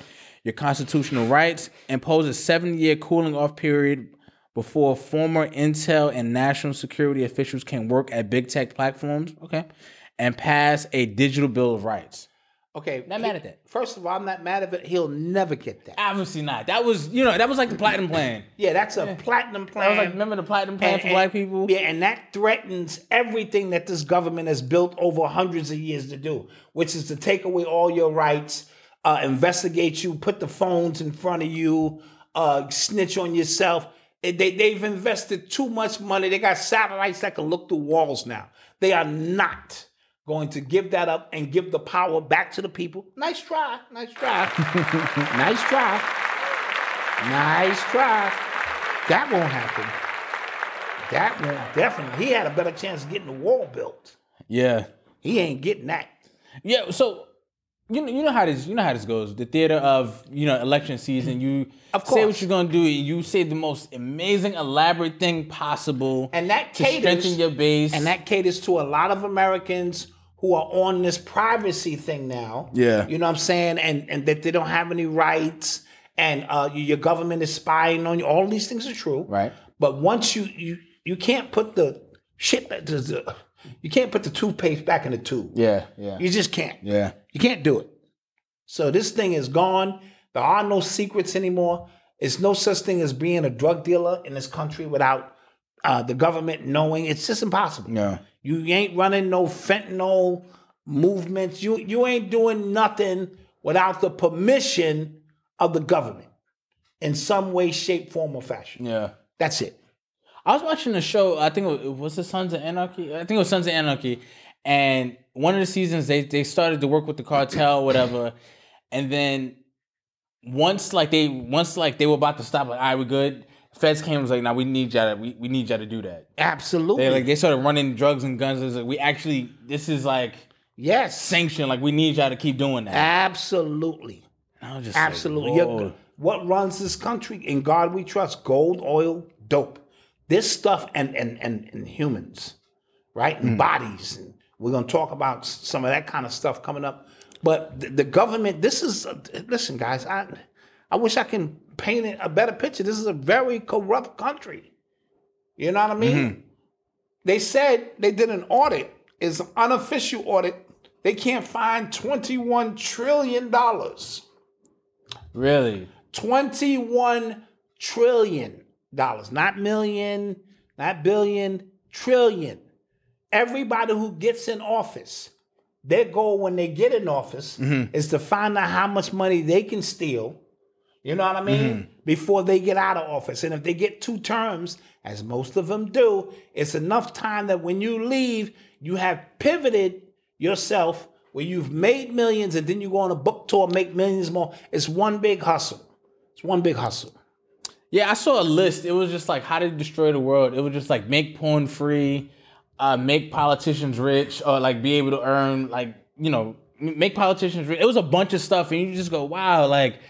your constitutional rights. Impose a seven year cooling off period before former intel and national security officials can work at big tech platforms. Okay, and pass a digital bill of rights. Okay. Not mad at that. First of all, I'm not mad at it. He'll never get that. Obviously not. That was you know that was like the platinum plan. Yeah, that's a platinum That plan. was like remember the platinum plan for black people. Yeah, and that threatens everything that this government has built over hundreds of years to do, which is to take away all your rights, uh, investigate you, put the phones in front of you, uh, snitch on yourself. They, they- they've invested too much money. They got satellites that can look through walls now. They are not going to give that up and give the power back to the people. Nice try. Nice try. nice try. Nice try. That won't happen. That won't definitely. He had a better chance of getting the wall built. Yeah. He ain't getting that. Yeah, so you know, you know how this you know how this goes. The theater of you know election season. You Of say course. what you're gonna do. and You say the most amazing, elaborate thing possible, And that to caters- strengthen your base. And that caters to a lot of Americans who are on this privacy thing now. Yeah. You know what I'm saying? And and that they don't have any rights and uh, your government is spying on you. All these things are true. Right. But once you you you can't put the shit back to the, you can't put the toothpaste back in the tube. yeah, yeah, You just can't. yeah. You can't do it. So this thing is gone. If There are no secrets anymore. It's no such thing as being a drug dealer in this country without uh, the government knowing. It's just impossible. Yeah. You ain't running no fentanyl movements. You you ain't doing nothing without the permission of the government in some way, shape, form, or fashion. Yeah. That's it. I was watching a show. I think it was, was it Sons of Anarchy. I think it was Sons of Anarchy, and one of the seasons they they started to work with the cartel, whatever, and then once like they once like they were about to stop, like, all right, we good. Feds came and was like, now we need y'all. To, we we need y'all to do that. Absolutely. They like they started running drugs and guns. It was like we actually this is like yes. sanctioned. Like we need y'all to keep doing that. Absolutely. And I was just like, Absolutely. whoa. You're- what runs this country? In God we trust. Gold, oil, dope. This stuff and and and, and humans, right? And bodies. And we're gonna talk about s- some of that kind of stuff coming up. But the, the government, this is uh, listen, guys, I I wish I can paint it a better picture. This is a very corrupt country. You know what I mean? They said they did an audit. It's an unofficial audit. They can't find $21 trillion. really. $21 trillion. Not million, not billion, trillion. Everybody who gets in office, their goal when they get in office is to find out how much money they can steal. You know what I mean? Before they get out of office. And if they get two terms, as most of them do, it's enough time that when you leave, you have pivoted yourself where you've made millions and then you go on a book tour, make millions more. It's one big hustle. It's one big hustle. Yeah, I saw a list. It was just like how to destroy the world. It was just like make porn free, uh, make politicians rich, or like be able to earn like you know m- make politicians rich. It was a bunch of stuff, and you just go wow, like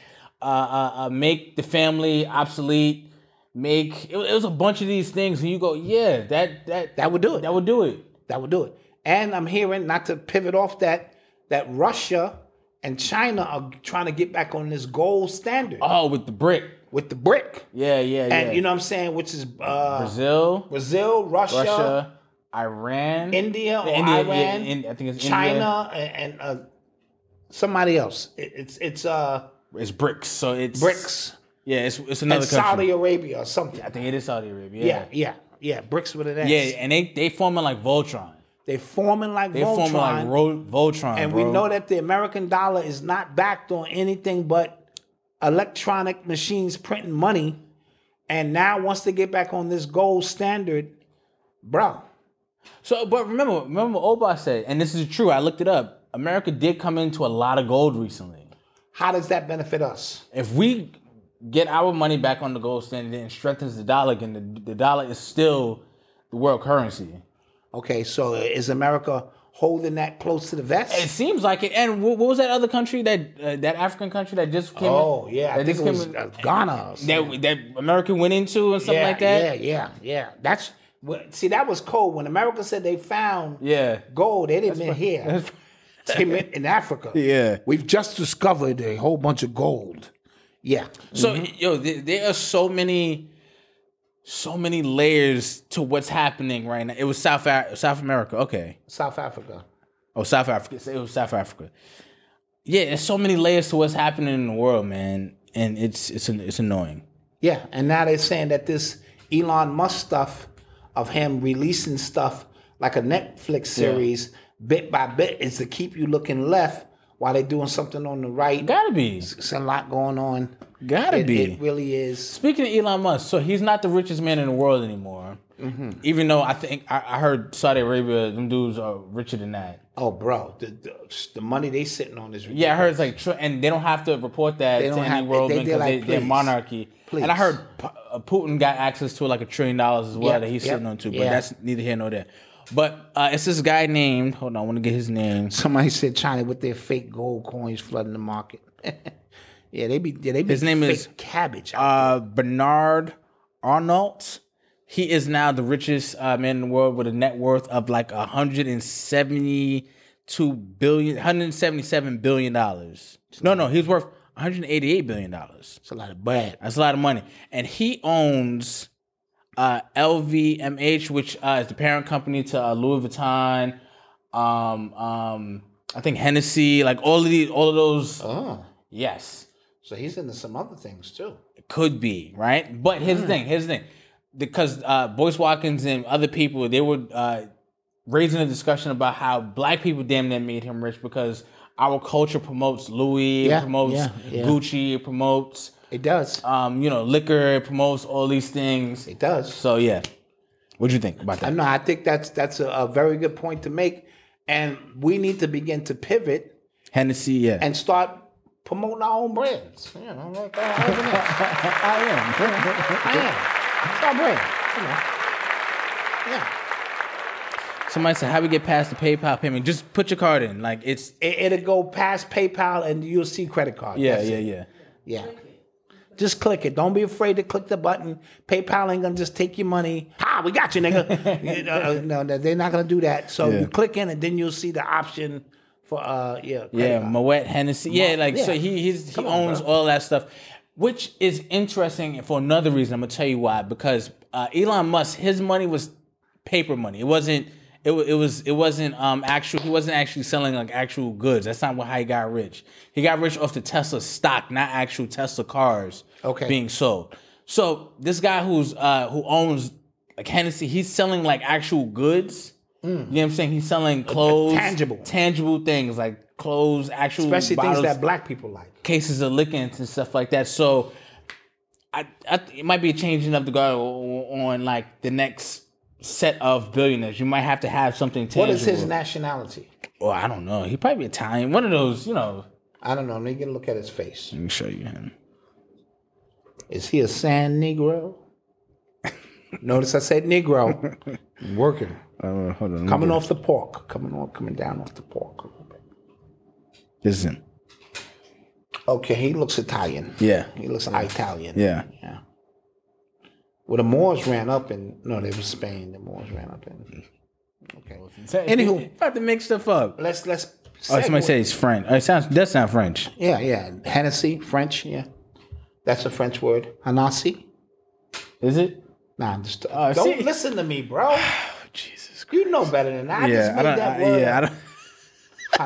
uh, uh, uh, make the family obsolete, make it, wa- it was a bunch of these things, and you go yeah, that that That would do it. that would do it. That would do it. And I'm hearing, not to pivot off that, that Russia and China are trying to get back on this gold standard Oh, with the brick, with the brick. yeah, yeah, yeah. And you know what I'm saying? Which is uh, Brazil, Brazil, Russia, Russia, Iran, India or India, yeah, Iran, in- I think it's India. China, and, and uh, somebody else. It, it's it's uh, It's bricks, so it's BRICS Yeah, it's it's and another country. Saudi Arabia or something. I think it is Saudi Arabia. Yeah, yeah, yeah. BRICS with an S. Yeah, and they they forming like Voltron. They're forming like They Voltron. forming like Ro- Voltron. and we Uh, bro. know that the American dollar is not backed on anything but electronic machines printing money. And now, once they get back on this gold standard, bro, So, but remember, remember what Oba said, and this is true. I looked it up. America did come into a lot of gold recently. how does that benefit us? If we get our money back on the gold standard and strengthens the dollar again, the, the dollar is still the world currency. Okay, so is America holding that close to the vest? It seems like it. And wh- what was that other country that uh, that African country that just came? in- oh yeah, I that think just it came was in- uh, Ghana. or something. that that America went into and something yeah, like that. Yeah, yeah, yeah. That's well, see, that was cold when America said they found Yeah. gold. They didn't mean here. They meant in Africa. Yeah. we've just discovered a whole bunch of gold. Yeah, So yo, there, there are so many, so many layers to what's happening right now. It was South Af- South America, okay. South Africa. Oh, South Africa. It was South Africa. Yeah, there's so many layers to what's happening in the world, man, and it's it's an- it's annoying. Yeah, and now they're saying that this Elon Musk stuff of him releasing stuff like a Netflix series, bit by bit, is to keep you looking left while they're doing something on the right. Gotta be, It's a lot going on. gotta It, be. it really is. Speaking of Elon Musk, so he's not the richest man in the world anymore. Mm-hmm. Even though I think I, I heard Saudi Arabia, them dudes are richer than that. Oh, bro, the, the, the money they sitting on is ridiculous. Yeah, I heard it's like, tr- and they don't have to report that They to don't any have- they- world they- because they, they're like, they're please, monarchy. And I heard P- uh, Putin got access to like a trillion dollars as well Yep, that he's yep, sitting on too, but yeah. that's neither here nor there. But uh, it's this guy named, hold on, I want to get his name. Somebody said China with their fake gold coins flooding the market. yeah, they be yeah, they be His name fake is, cabbage. Uh, Bernard Arnault. He is now the richest uh, man in the world with a net worth of like 172 billion, 177 billion dollars. No, no, he's worth 188 billion dollars. it's a lot of bad. That's a lot of money. And he owns uh, LVMH, which uh, is the parent company to uh, Louis Vuitton. Um, um, I think Hennessy, like all of these, all of those. Oh, Yes. So he's into some other things too. Could be, right? But here's the Hmm. thing, here's the thing. Because uh, Boyce Watkins and other people, they were uh, raising a discussion about how black people damn near made him rich because our culture promotes Louis, it Yeah, promotes yeah, yeah. Gucci, it promotes, It does. um, you know, liquor, it promotes all these things. it does. So, yeah. What'd you think about that? I know. I think that's that's a, a very good point to make, and we need to begin to pivot Hennessy, yeah. and start promoting our own brands. You know, like uh, I am. It's our brand. You know. Yeah. Somebody said, "How we get past the PayPal payment? Just put your card in. Like it's It, it'll go past PayPal, and you'll see credit card. yeah, That's yeah, it. yeah. Yeah. Just click it. Don't be afraid to click the button. PayPal ain't gonna just take your money. Ha, we got you, nigga. You know, uh, no, no, they're not gonna do that. So Yeah. you click in, and then you'll see the option for uh, yeah, credit Yeah, card. Moet Hennessy. Yeah, like so yeah. he he's, he Come on, owns bro. all that stuff, which is interesting for another reason. I'm gonna tell you why because uh, Elon Musk his money was paper money. It wasn't. It, wa- it was it wasn't um actual he wasn't actually selling like actual goods. That's not how he got rich. He got rich off the Tesla stock, not actual Tesla cars Okay. being sold. So this guy who's uh who owns like Hennessy, he's selling like actual goods. You know what I'm saying? He's selling clothes, tangible. Hmm. tangible things like clothes, actual especially bottles, things that black people like. cases of liquors and stuff like that. So, I, I it might be a changing of the guard o- on like the next set of billionaires. You might have to have something tangible. What is his nationality? Oh, I don't know. He probably Italian. One of those, you know. I don't know. Let me get a look at his face. Let me show you him. Is he a San Negro? Notice I said Negro. I'm working. Uh, hold on. Coming off the pork. Coming on, coming down off the pork. a little bit. Listen. Okay, he looks Italian. Yeah. He looks Italian. Yeah. Yeah. Well, the Moors ran up in no, they were Spain. The Moors ran up in. Okay. Anywho, about to make stuff up. let's let's. Oh, somebody segue. said he's French. Oh, it sounds that's not French. Yeah, yeah. Hennessy, French. Yeah, that's a French word. Hanassi. Is it? Nah, I'm just Oh, don't see- listen to me, bro. Jesus. You know better than that. I just Yeah, I made don't. that I, word. yeah, I up.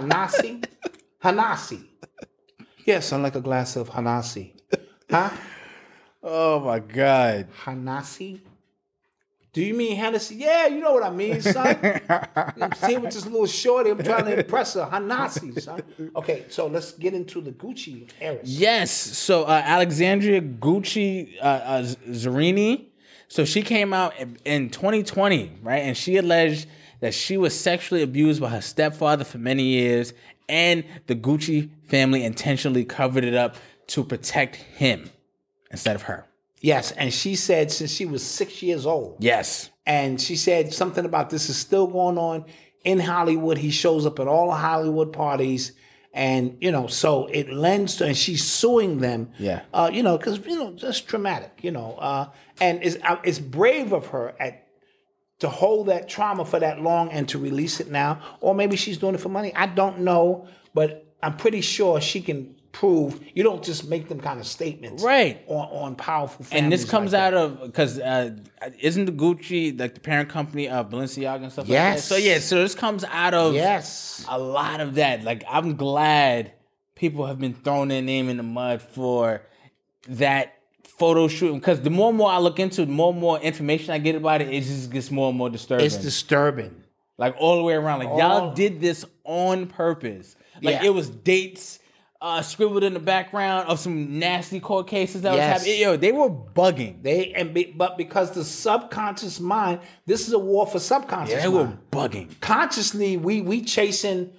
don't. Hanassi. Hanassi. Yes, I like a glass of Hanassi. Huh? Oh my God. Hanassi? Do you mean Hennessy? Yeah, you know what I mean, son. I'm sitting with this little shorty. I'm trying to impress her. Hanassi, son. Okay, so let's get into the Gucci era. Yes. So uh, Alexandria Gucci uh, uh, Z- Zarini. So she came out in- in 2020, right? And she alleged that she was sexually abused by her stepfather for many years, and the Gucci family intentionally covered it up to protect him instead of her. Yes, and she said since she was six years old. Yes. and she said something about this is still going on in Hollywood. He shows up at all the Hollywood parties, and you know, so it lends to, and she's suing them. Yeah. uh, you know, because you know, just dramatic, you know, uh, and it's uh, it's brave of her at to hold that trauma for that long and to release it now, or maybe she's doing it for money. I don't know, but I'm pretty sure she can prove you don't just make them kind of statements, Right. On on powerful. Families And this comes like out that. of because uh, isn't the Gucci like the parent company of Balenciaga and stuff? Like that? Yes. So yeah, so this comes out of yes. a lot of that. Like I'm glad people have been throwing their name in the mud for that photo shoot because the more and more I look into it, the more and more information I get about it, it just gets more and more disturbing. It's disturbing. like all the way around. Like All- y'all did this on purpose. Like Yeah. it was dates uh, scribbled in the background of some nasty court cases that Yes. was happening. Yo, they were bugging. They and be, but because the subconscious mind, this is a war for subconscious They were mind. bugging. Consciously, we we chasing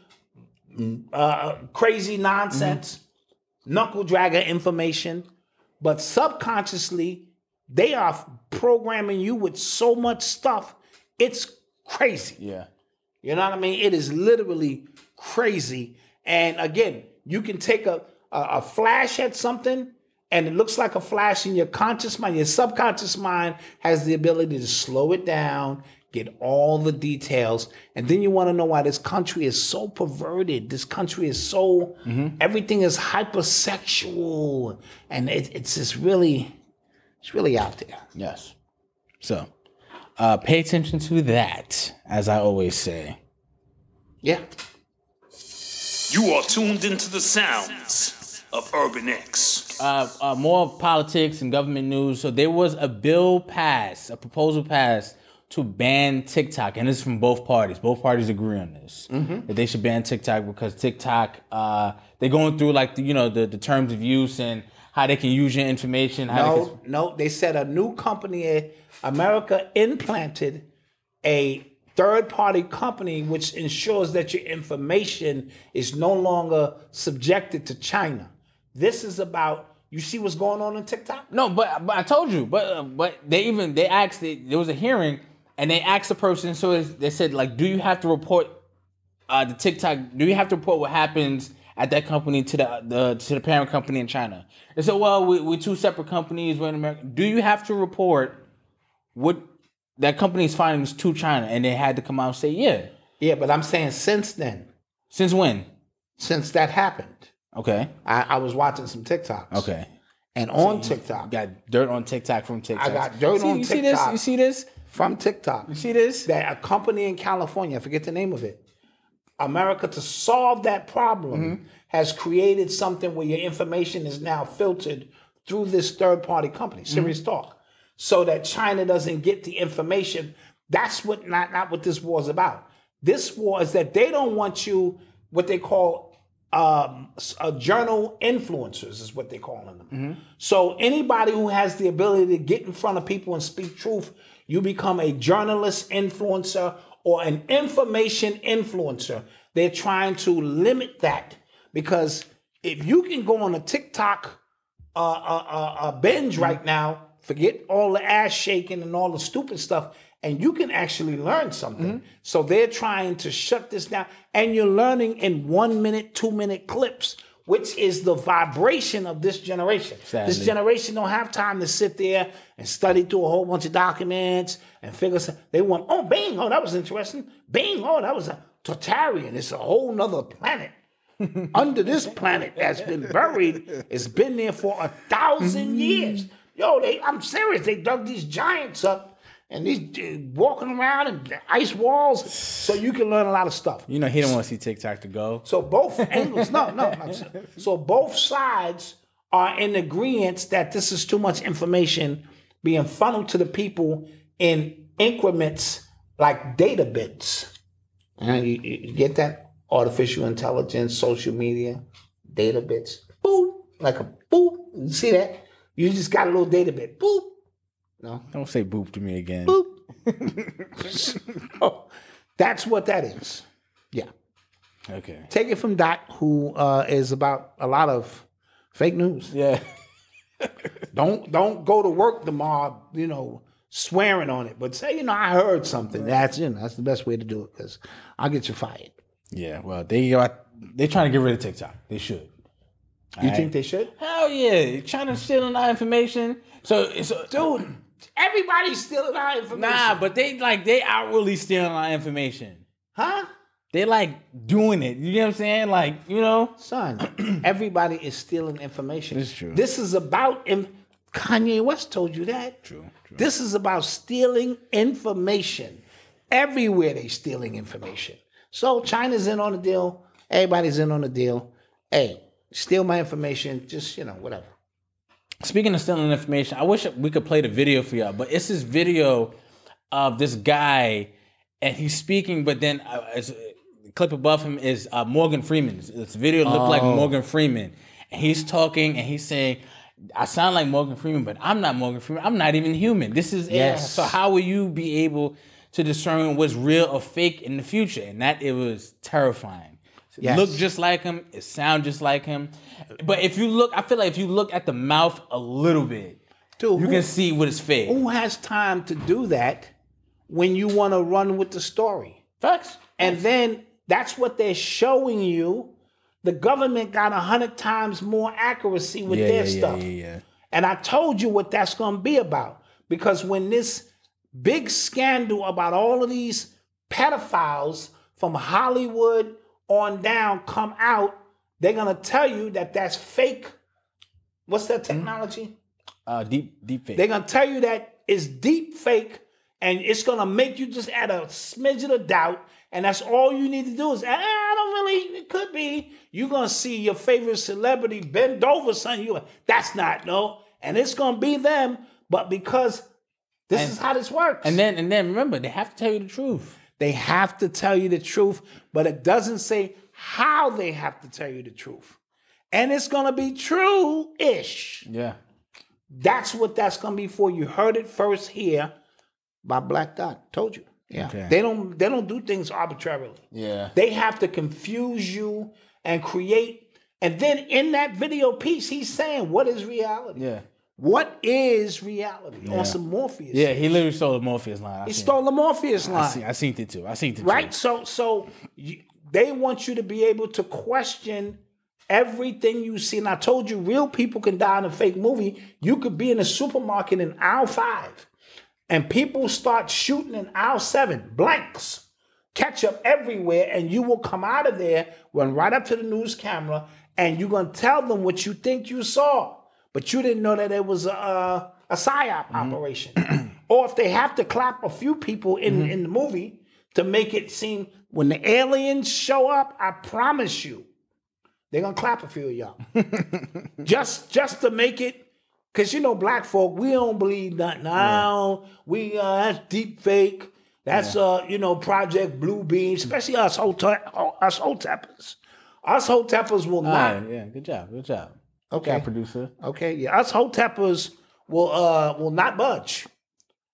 uh, crazy nonsense, knuckle dragger information, but subconsciously they are programming you with so much stuff. It's crazy. Yeah. You know what I mean? It is literally crazy. And again, you can take a, a, a flash at something and it looks like a flash in your conscious mind. Your subconscious mind has the ability to slow it down, get all the details. And then you want to know why this country is so perverted. This country is so, everything is hypersexual. And it, it's just really, it's really out there. Yes. So uh, pay attention to that, as I always say. Yeah. You are tuned into the sounds of Urban X. uh, uh, more politics and government news. So there was a bill passed, a proposal passed to ban TikTok, and this is from both parties. Both parties agree on this that they should ban TikTok because TikTok uh, they're going through like the, you know the, the terms of use and how they can use your information. How they can, No, no, they said a new company, eh, America implanted a third party company which ensures that your information is no longer subjected to China. This is about, you see what's going on in TikTok? No, but but I told you, but uh, but they even they asked they, there was a hearing and they asked the person. So it's- they said like, do you have to report uh, the TikTok? Do you have to report what happens at that company to the, the to the parent company in China? They said, well, we, we're two separate companies. We're in America. Do you have to report what that company's findings to China? And they had to come out and say, yeah. Yeah, but I'm saying since then, Since when? since that happened, Okay, I, I was watching some TikToks. okay. And on TikTok, Got dirt on TikTok from TikTok. got dirt See- on You see this? TikTok. You see this? from TikTok, You see this? that a company in California, I forget the name of it, America to solve that problem has created something where your information is now filtered through this third party company, Serious Talk, so that China doesn't get the information. That's what not, not what this war is about. This war is that they don't want you what they call um, s- uh, journal influencers is what they're calling them. So anybody who has the ability to get in front of people and speak truth, you become a journalist influencer or an information influencer. They're trying to limit that because if you can go on a TikTok uh, uh, uh, uh, binge right now, forget all the ass shaking and all the stupid stuff, and you can actually learn something. So they're trying to shut this down, and you're learning in one minute, two minute clips, which is the vibration of this generation. This generation don't have time to sit there and study through a whole bunch of documents and figure. some- They want oh bang oh that was interesting bang oh that was a totalitarian. It's a whole nother planet under this planet that's been buried it's been there for a 1000 years. Yo, they, I'm serious. They dug these giants up and these uh, walking around and ice walls, so you can learn a lot of stuff. You know he didn't want to see TikTok to go. So both angles, no, no, no. So- So both sides are in agreement that this is too much information being funneled to the people in increments like data bits. And you, you- you get that artificial intelligence, social media, data bits. Boop, like a boop. You see that? You just got a little data bit. Boop. Don't say boop to me again. Oh, That's what that is. Yeah. Okay. Take it from Dot, who uh, is about a lot of fake news. Yeah. Don't don't go to work tomorrow, you know, swearing on it. But say, you know, I heard something. That's you know, that's the best way to do it because I'll get you fired. Yeah. Well, they got they trying to get rid of TikTok. They should. You think they should? Hell yeah! Trying to steal on our information. So it's dude. Everybody's stealing our information. Nah, but they like they outwardly stealing our information. huh? They like doing it. You know what I'm saying? Like you know. Son, everybody is stealing information. This is true. This is about and Kanye West told you that. True, true. This is about stealing information. Everywhere they stealing information. So China's in on the deal. Everybody's in on the deal. Hey, steal my information. Just you know, whatever. Speaking of stealing information, I wish we could play the video for y'all, but it's this video of this guy and he's speaking, but then uh, it's, uh, the clip above him is uh, Morgan Freeman. This- This video looked like Oh. Morgan Freeman. And he's talking and he's saying, I sound like Morgan Freeman, but I'm not Morgan Freeman. I'm not even human. This is AI. Yes. So, how will you be able to discern what's real or fake in the future? And that, it was terrifying. Yes. Look just like him. It sound just like him. But if you look, I feel like if you look at the mouth a little bit, Dude, you who- can see what is fake. Who has time to do that when you want to run with the story? Facts. And then that's what they're showing you. The government got a hundred times more accuracy with their stuff. And I told you what that's going to be about. Because when this big scandal about all of these pedophiles from Hollywood on down come out, they're going to tell you that that's fake. What's that technology? Uh, deep, deep fake. They're gonna tell you that it's deep fake, and it's gonna make you just add a smidgen of doubt, And that's all you need to do is, "Ah, I don't really, it could be. You're going to see your favorite celebrity bend over, son. You, like, that's not, no. And it's going to be them, but because this And- is how this works. And then and then remember, they have to tell you the truth. They have to tell you the truth, but it doesn't say how they have to tell you the truth. And it's going to be true ish. Yeah. That's what that's going to be for. You heard it first here by Black Dot. Told you. Yeah. They don't they don't do things arbitrarily. Yeah. They have to confuse you and create and then in that video piece he's saying what is reality? Yeah. What is reality? On some Morpheus. Yeah, he literally stole the Morpheus line. I He seen stole the Morpheus it. I line. seen, I seen it too. I seen it too. right so so you, they want you to be able to question everything you see and i told you real people can die in a fake movie you could be in a supermarket in aisle five and people start shooting in aisle seven blanks ketchup everywhere and you will come out of there run right up to the news camera and you're going to tell them what you think you saw but you didn't know that it was a, uh, a psyop operation or if they have to clap a few people in, Mm-hmm. in the movie to make it seem when the aliens show up, I promise you, they're gonna clap a few of y'all. just just to make it, cause you know black folk, we don't believe nothing. Now we uh, that's deep fake. That's uh you know Project Blue Beam, especially us hotel us hoteppers. Us hoteppers will All not. right, yeah, good job. Good job. okay, Producer. Okay, yeah, us hoteppers will uh will not budge.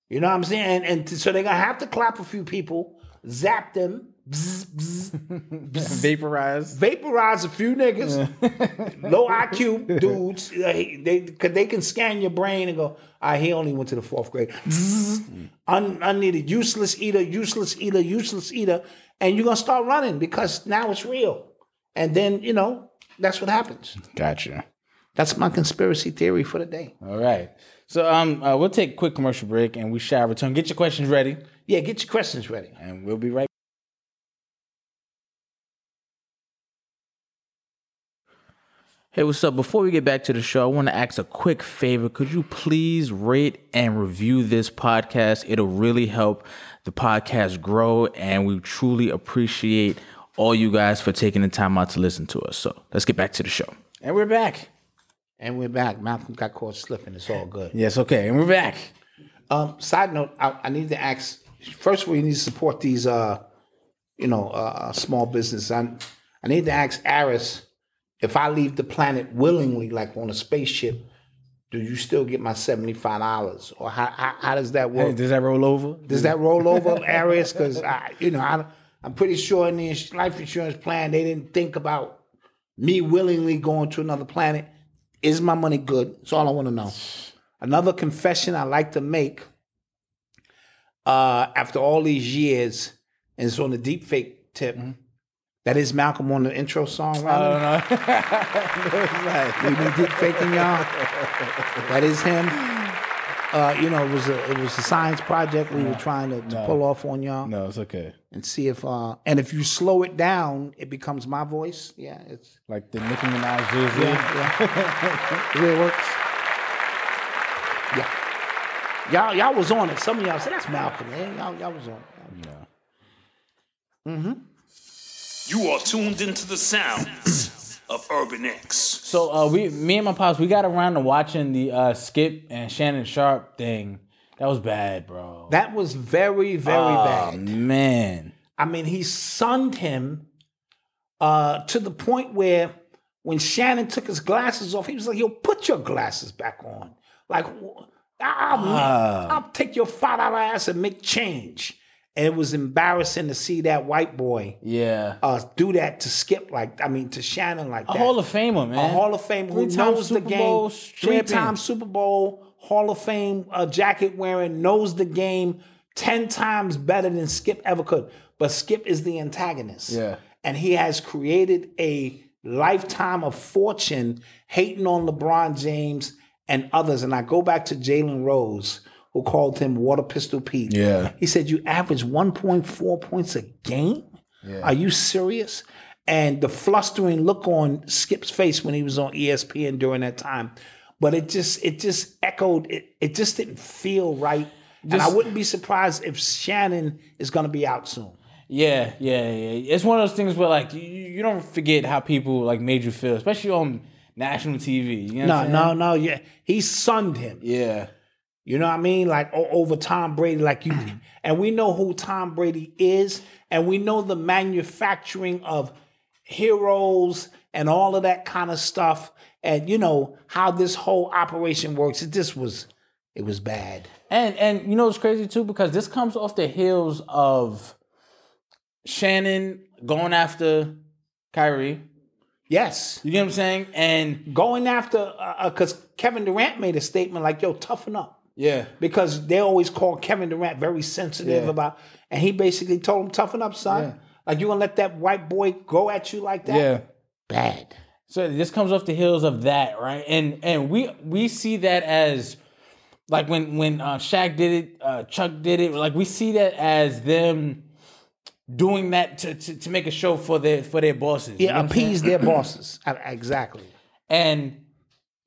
You know what I'm saying? And, and t- so they're gonna have to clap a few people, zap them, bzz, bzz, Vaporized. vaporize a few niggas, low IQ dudes. uh, They cause they can scan your brain and go, ah, he only went to the fourth grade. Bzz, un, unneeded, useless eater, useless eater, useless eater, and you're gonna start running because now it's real. And then you know that's what happens. Gotcha. That's my conspiracy theory for the day. All right. So um, uh, we'll take a quick commercial break and we shall return. Get your questions ready Yeah, get your questions ready. and we'll be right Hey, what's up? Before we get back to the show, I want to ask a quick favor. Could you please rate and review this podcast? It'll really help the podcast grow, and we truly appreciate all you guys for taking the time out to listen to us. So let's get back to the show. And we're back. And we're back. Malcolm got caught slipping. It's all good. Yes, okay. And we're back. Um, side note, I, I need to ask. First of all, you need to support these, uh, you know, uh, small businesses. I, I need to ask Aris if I leave the planet willingly, like on a spaceship, do you still get my seventy five dollars, or how, how how does that work? does that roll over? Does that roll over, Arias? Because I, you know, I, I'm pretty sure in the ins- life insurance plan they didn't think about me willingly going to another planet. Is my money good? That's all I want to know. Another confession I like to make. Uh, after all these years, and it's on the deep fake tip. That is Malcolm on the intro song, right? now? We be deep faking y'all. That is him. Uh, you know, it was a it was a science project we were trying to, to pull off on y'all No, it's okay. and see if uh and if you slow it down, it becomes my voice. Yeah, it's Like the Nicki Minaj Jay-Z. the way it works. Yeah. Y'all y'all was on it. Some of y'all said that's Malcolm, man. Y'all y'all was on it. You are tuned into the sounds of Urban X. So uh, we, me and my pops, we got around to watching the uh, Skip and Shannon Sharp thing. That was bad, bro. That was very, very oh, bad. man. I mean, he sunned him uh, to the point where when Shannon took his glasses off, he was like, yo, put your glasses back on. Like, wh- I'll, Ah. I'll take your five dollar ass and make change. And it was embarrassing to see that white boy Yeah. uh, do that to Skip, like, I mean, to Shannon like A that. Hall of Famer, man. A Hall of Fame who Three-time knows the Super Bowl game. Three champion. time Super Bowl Hall of Fame uh, jacket wearing, knows the game 10 times better than Skip ever could. But Skip is the antagonist. Yeah. And he has created a lifetime of fortune hating on LeBron James and others. And I go back to Jalen Rose, who called him Water Pistol Pete. Yeah. He said, You average 1.4 points a game? Are you serious? And the flustering look on Skip's face when he was on E ESPN during that time. But it just it just echoed it it just didn't feel right. and I wouldn't be surprised if Shannon is gonna be out soon. Yeah, yeah, yeah. It's one of those things where like you, you don't forget how people like made you feel, especially on national TV. You know No, what I'm no, no. Yeah, he sunned him. saying? Yeah. You know what I mean? Like o- over Tom Brady, like you, and we know who Tom Brady is, and we know the manufacturing of heroes and all of that kind of stuff, and you know how this whole operation works. It just was, it was bad. And and you know it's crazy too because this comes off the heels of Shannon going after Kyrie. Yes, You get what I'm saying? And going after because Kevin Durant made a statement like, "Yo, toughen up." yeah, because they always call Kevin Durant very sensitive Yeah. about, and he basically told him, "Toughen up, son. Like you gonna let that white boy go at you like that? yeah. Bad. So this comes off the heels of that, right? And and we we see that as like when when uh, Shaq did it, uh, Chuck did it. Like we see that as them doing that to, to, to make a show for their for their bosses. you know Yeah, what I'm saying? appease their bosses. Uh, Exactly. And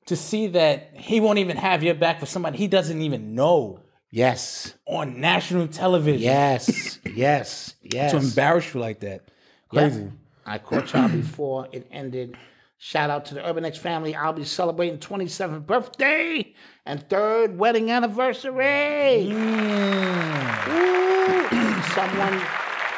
to see that he won't even have your back for somebody he doesn't even know Yes. on national television Yes. yes. Yes. to embarrass you like that. Crazy. I caught y'all before it ended. Shout out to the Urban X family. I'll be celebrating 27th birthday and third wedding anniversary. Hmm. Ooh, Someone.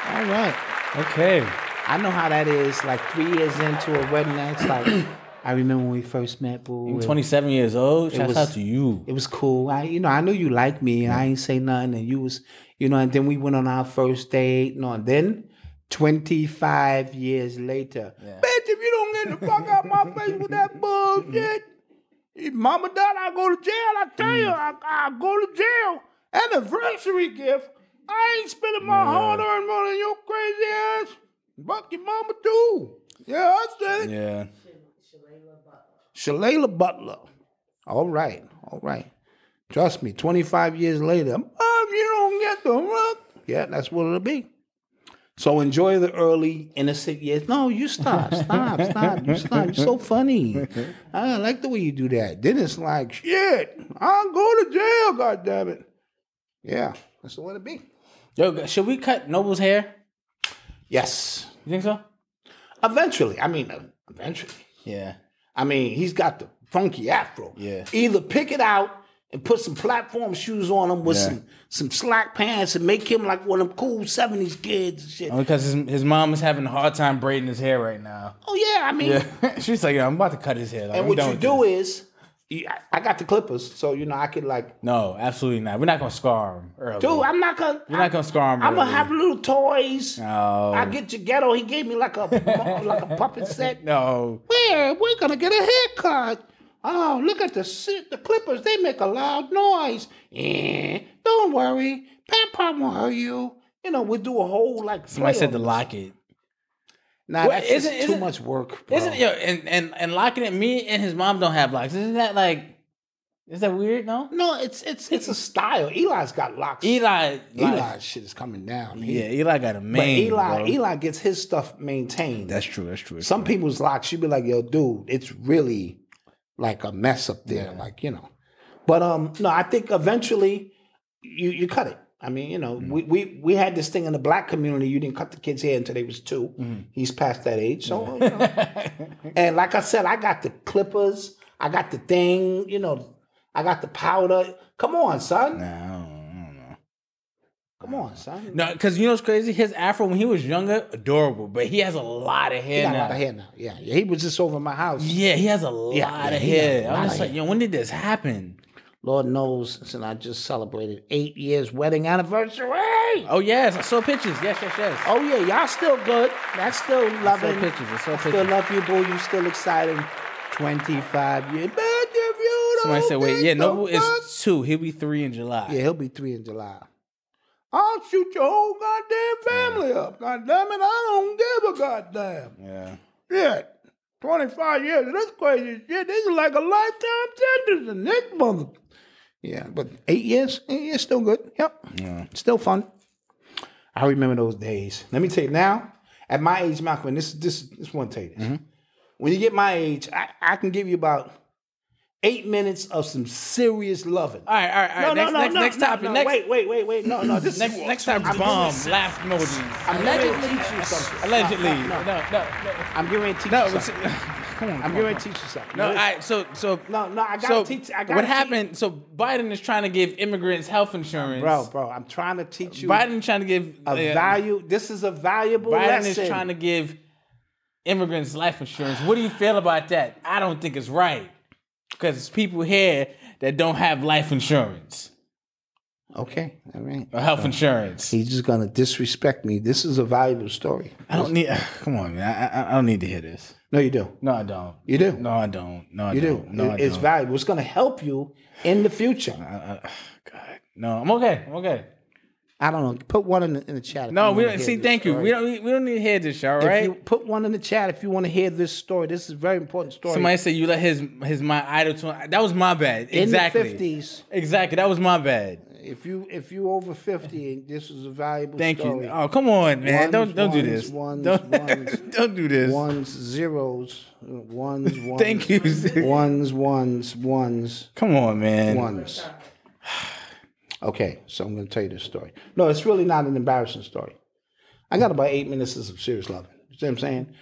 All right. Okay. I know how that is. Like three years into a wedding, night, it's like I remember when we first met, boo. I'm and 27 years old. Shout was- out to you. It was cool. I, you know, I knew you liked me, and I ain't say nothing. And you was, you know, and then we went on our first date. No, and then twenty five years later, bitch, if you don't get the fuck out my face with that bullshit, if mama died, I go to jail. I tell you, I, I go to jail. Anniversary gift. I ain't spending my hard earned money on your crazy ass. Fuck your mama too. Yeah, I said it. Yeah. Shalala Butler. All right, all right. Trust me, 25 years later, Mom, you don't get the rug. Yeah, that's what it'll be. So enjoy the early innocent years. No, you stop, stop, stop, you stop. You're so funny. I like the way you do that. Then it's like, shit, I'll go to jail, God damn it. Yeah, that's the way it be. Yo, should we cut Noble's hair? Yes. You think so? Eventually, I mean, uh, eventually. Yeah. I mean, he's got the funky afro. Yeah. Either pick it out and put some platform shoes on him with Yeah. some some slack pants and make him like one of them cool seventies kids and shit. Only because his, his mom is having a hard time braiding his hair right now. Oh yeah, I mean, Yeah. She's like, yo, I'm about to cut his hair. Like, and I'm what done you with do this. is, you- I- I got the clippers, so you know I could like, No, absolutely not. We're not going to scar him. Early. dude, I'm not gonna. You're not gonna scar him. I'm gonna early. Oh. have little toys. No. I get your ghetto. He gave me like a like a puppet set. No. Where we're gonna get a haircut? Oh, look at the si- the clippers. They make a loud noise. Eh, don't worry, Papa won't hurt you. You know, we do a whole like. Somebody play said on the this. locket. Nah, Well, that's just isn't- too isn't- much work. Bro. Isn't yo and and and locking it? Me and his mom don't have locks. Isn't that like? Is that weird? No. No, it's it's it's a style. Eli's got locks. Eli. Eli's shit is coming down. He- Yeah, Eli got a man. but Eli bro. Eli gets his stuff maintained. That's true. That's true. Some people's locks, you'd be like, yo, dude, it's really like a mess up there. Like, you know. But um, no, I think eventually you you cut it. I mean, you know, we, we we had this thing in the black community, you didn't cut the kids' hair until they was 2 He's past that age. So you know. and like I said, I got the clippers, I got the thing, you know, I got the powder. Come on, son. Come on, son. No, because you know what's crazy? His afro when he was younger, adorable, but he has a lot of He hair got now. a lot of hair now. Yeah, yeah. He was just over my house. Yeah, he has a lot Yeah, yeah, of he got a hair. lot I'm of just like, hair. yo, when did this happen? Lord knows, since I just celebrated eight years wedding anniversary. Oh yes, I saw pictures. Yes, yes, yes. Oh yeah, y'all still good. That's still loving. pictures, I saw still pictures. love you, boo. You still exciting. Twenty-five years. Bitch, if you Somebody don't said, wait, think yeah, the Noble fuck- is two. He'll be three in July. Yeah, he'll be three in July. I'll shoot your whole goddamn family up. God damn it, I don't give a goddamn. Yeah. Shit. 25 years of this crazy shit. This is like a lifetime sentence in this mother. Yeah, but eight years, eight years still good. Yep. Still fun. I remember those days. Let me tell you now, at my age, Malcolm, Mm-hmm. and this this this one tell you this. When you get my age, I, I can give you about Eight minutes of some serious loving. All right, all right, all right. next, next, next topic. No, next, Wait, wait, wait, wait. No, no. This next, is next topic. I'm Bomb. giving- Laugh emoji. I'm allegedly teach you something. Allegedly. No, no, No, no. no, no. I'm going to teach No, you it's- something. come on. I'm come on. going to teach you something. No, Now, all right. So, so No, no, I gotta so teach- I gotta what teach. happened? So Biden is trying to give immigrants health insurance. bro, bro. I'm trying to teach you Biden trying to give a uh, value. This is a valuable Biden lesson. is trying to give immigrants life insurance. What do you feel about that? I don't think it's right because it's people here that don't have life insurance Okay, all right. or health insurance. He's just gonna disrespect me. This is a valuable story. I don't need. Come on, man. I, I, I don't need to hear this. No, you do. No, I don't. You do. No, I don't. No, I you do. don't. No, It- I it's don't. valuable. It's gonna help you in the future. God. No, I'm okay. I'm okay. I don't know. Put one in the, in the chat. if No, you we wanna don't. hear See, this thank you. story. We don't. We, we don't need to hear this, all If right? you put one in the chat if you want to hear this story. This is a very important story. Somebody said you let his his my idol to that was my bad. in exactly. the fifties, Exactly. That was my bad. if you if you over fifty, and this is a valuable Thank story. you. Oh, come on, man. Ones, don't don't do ones, this. ones, don't, ones. don't do this. Ones, zeros, ones, ones. Thank you. Ones, ones, ones. Come on, man. ones. Okay, so I'm going to tell you this story. No, it's really not an embarrassing story. I got about eight minutes of some serious loving. You see what I'm saying?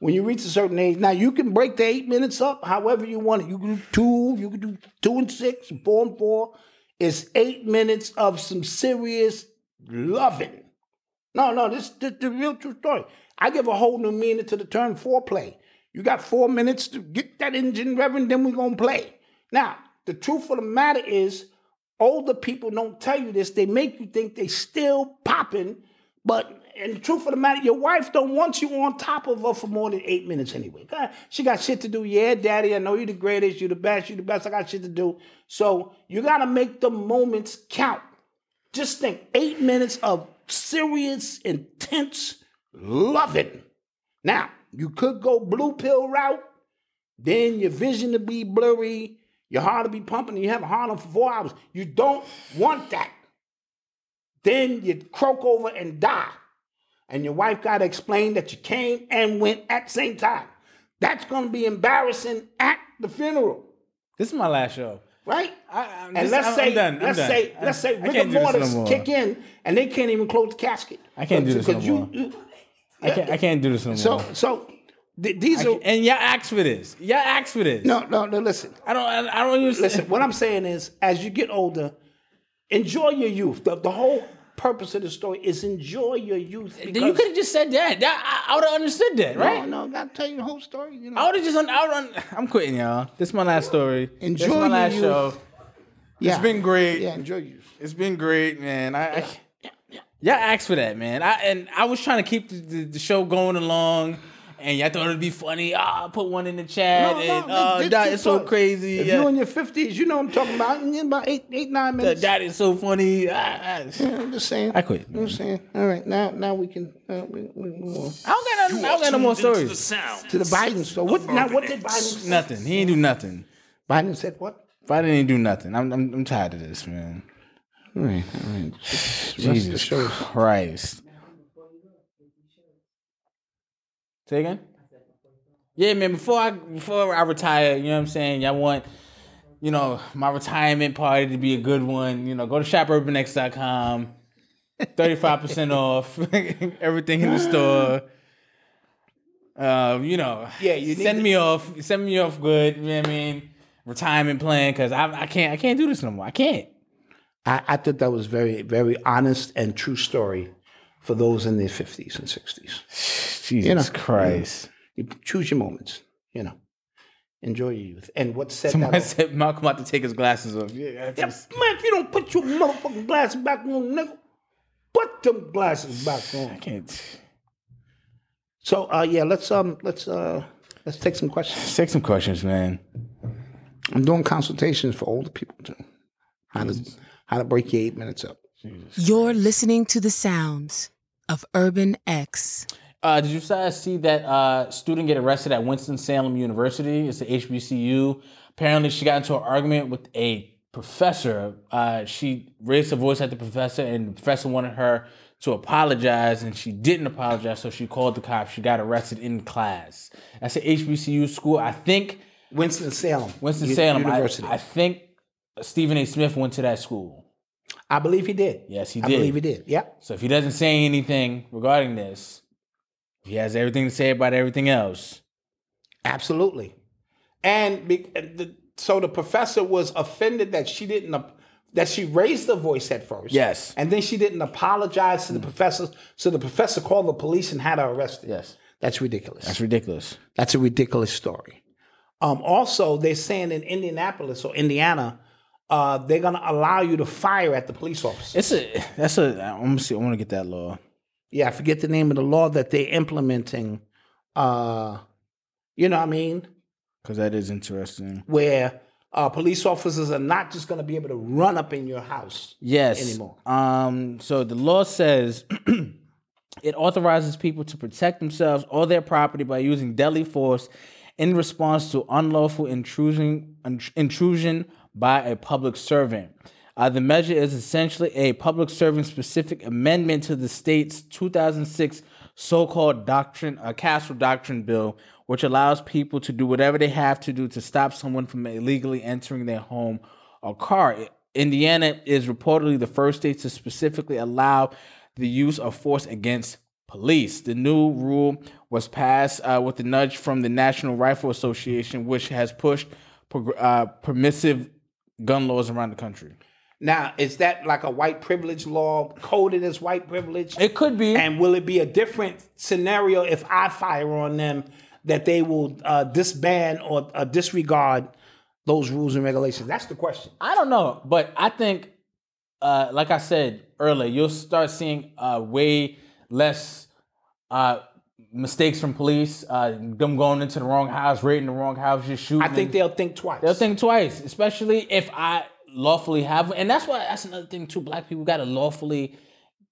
When you reach a certain age, now you can break the eight minutes up however you want it. You can do two, you can do two and six, four and four. It's eight minutes of some serious loving. No, no, this this the real true story. I give a whole new meaning to the term foreplay. You got four minutes to get that engine revving, then we're gonna play. Now, the truth of the matter is, older people don't tell you this. They make you think they still popping, but and the truth of the matter, your wife don't want you on top of her for more than eight minutes anyway. God, She got shit to do. Yeah, daddy, I know you the greatest, you the best, you the best. I got shit to do. So you gotta make the moments count just think eight minutes of serious, intense loving. Now, you could go blue pill route, then your vision to be blurry, your heart to be pumping, and you have a heart on for four hours. You don't want that. Then you croak over and die. And your wife got to explain that you came and went at the same time. That's going to be embarrassing at the funeral, This is my last show. right? I, I'm and just- let's I'm- say, I'm done. I'm let's done. say, let's I- say, I rigor can't do this no mortis more. kick in, and they can't even close the casket. I can't do this no Because more. you, I can't. I can't do this no so, more. so th- these are And y'all ask for this. Y'all ask for this. no, no, no. Listen, I don't. I, I don't even. listen. What I'm saying is, as you get older, enjoy your youth. The, the whole purpose of the story is enjoy your youth. Then you could have just said that. that I, I would have understood that, right? No, no. I gotta tell you the whole story. You know, I would have just. Un, I would. Un, I'm quitting, y'all. This is my last story. this Enjoy is my your last youth. show. yeah. It's been great. Yeah, enjoy your youth. It's been great, man. I, I y'all asked for that, man. I and I was trying to keep the, the, the show going along, and y'all thought it'd be funny. Ah, put one in the chat, and uh, this- that this is so was- crazy. If Yeah. you're in your fifties, you know what I'm talking about. In about eight, eight, nine Uh, minutes. that is so funny. Ah, ah. I'm just saying. I quit. You know what I'm saying. All right, now, now we can. Uh, we, we, we, will. I don't got nothing. You I are don't got no more tuned into stories. The sound to the Biden store. What now? What did Biden? Say? Nothing. He ain't do nothing. Biden said what? Biden ain't do nothing. I'm I'm, I'm tired of this, man. All right, all right. Jesus Christ. Say again? Yeah, man, before I before I retire, you know what I'm saying? Y'all want, you know, my retirement party to be a good one. You know, go to shopurbanx.com. 35% off everything in the store. Uh, you know, Yeah, you need send to- me off, send me off good, you know what I mean? Retirement plan, cause I I can't I can't do this no more. I can't. I, I thought that was very, very honest and true story for those in their fifties and sixties. Jesus Christ. You choose your moments. You know, enjoy your youth. And what said Somebody that? said Malcolm about to take his glasses off. Yeah, I Yeah, just- man, if you don't put your motherfucking glasses back on, nigga, put them glasses back I on. can't. So, uh, yeah, let's um, let's uh, let's take some questions. Let's take some questions, man. I'm doing consultations for older people too. How to how to break your eight minutes up. You're listening to the sounds of Urban X. Uh, did you guys see that uh, student get arrested at Winston Salem University? It's a HBCU. Apparently, she got into an argument with a professor. Uh, she raised her voice at the professor, and the professor wanted her to apologize, and she didn't apologize. So she called the cops. She got arrested in class. That's a HBCU school. I think Winston Salem. Winston U- Salem. I, University. I I, think Stephen A. Smith went to that school. believe he did. Yes, he I did. believe he did. Yeah. So if he doesn't say anything regarding this, he has everything to say about everything else. Absolutely. And be, the, so the professor was offended that she didn't ap- that she raised the voice at first. Yes. And then she didn't apologize to the professor. So the professor called the police and had her arrested. Yes. That's ridiculous. That's, ridiculous. a ridiculous story. Um, also, they're saying in Indianapolis or Indiana, uh, they're going to allow you to fire at the police officer. It's a that's a I'm gonna see I wanna get that law. yeah, I forget the name of the law that they're implementing. Uh, you know what I mean? Cause that is interesting. where uh, police officers are not just going to be able to run up in your house. Yes. Anymore. Um so the law says it authorizes people to protect themselves or their property by using deadly force in response to unlawful intrusion intrusion by a public servant. Uh, the measure is essentially a public servant specific amendment to the state's 2006 so-called doctrine, uh, Castle Doctrine Bill, which allows people to do whatever they have to do to stop someone from illegally entering their home or car. Indiana is reportedly the first state to specifically allow the use of force against police. The new rule was passed uh, with a nudge from the National Rifle Association, which has pushed prog- uh, permissive gun laws around the country. Now, is that like a white privilege law coded as white privilege? It could be. And will it be a different scenario if I fire on them that they will uh, disband or uh, disregard those rules and regulations? That's the question. I don't know, but I think, uh, like I said earlier, you'll start seeing uh, way less uh, mistakes from police, uh, them going into the wrong house, raiding the wrong house, just shooting. I think they'll think twice. They'll think twice, especially if I lawfully have, and that's why that's another thing too. Black people gotta lawfully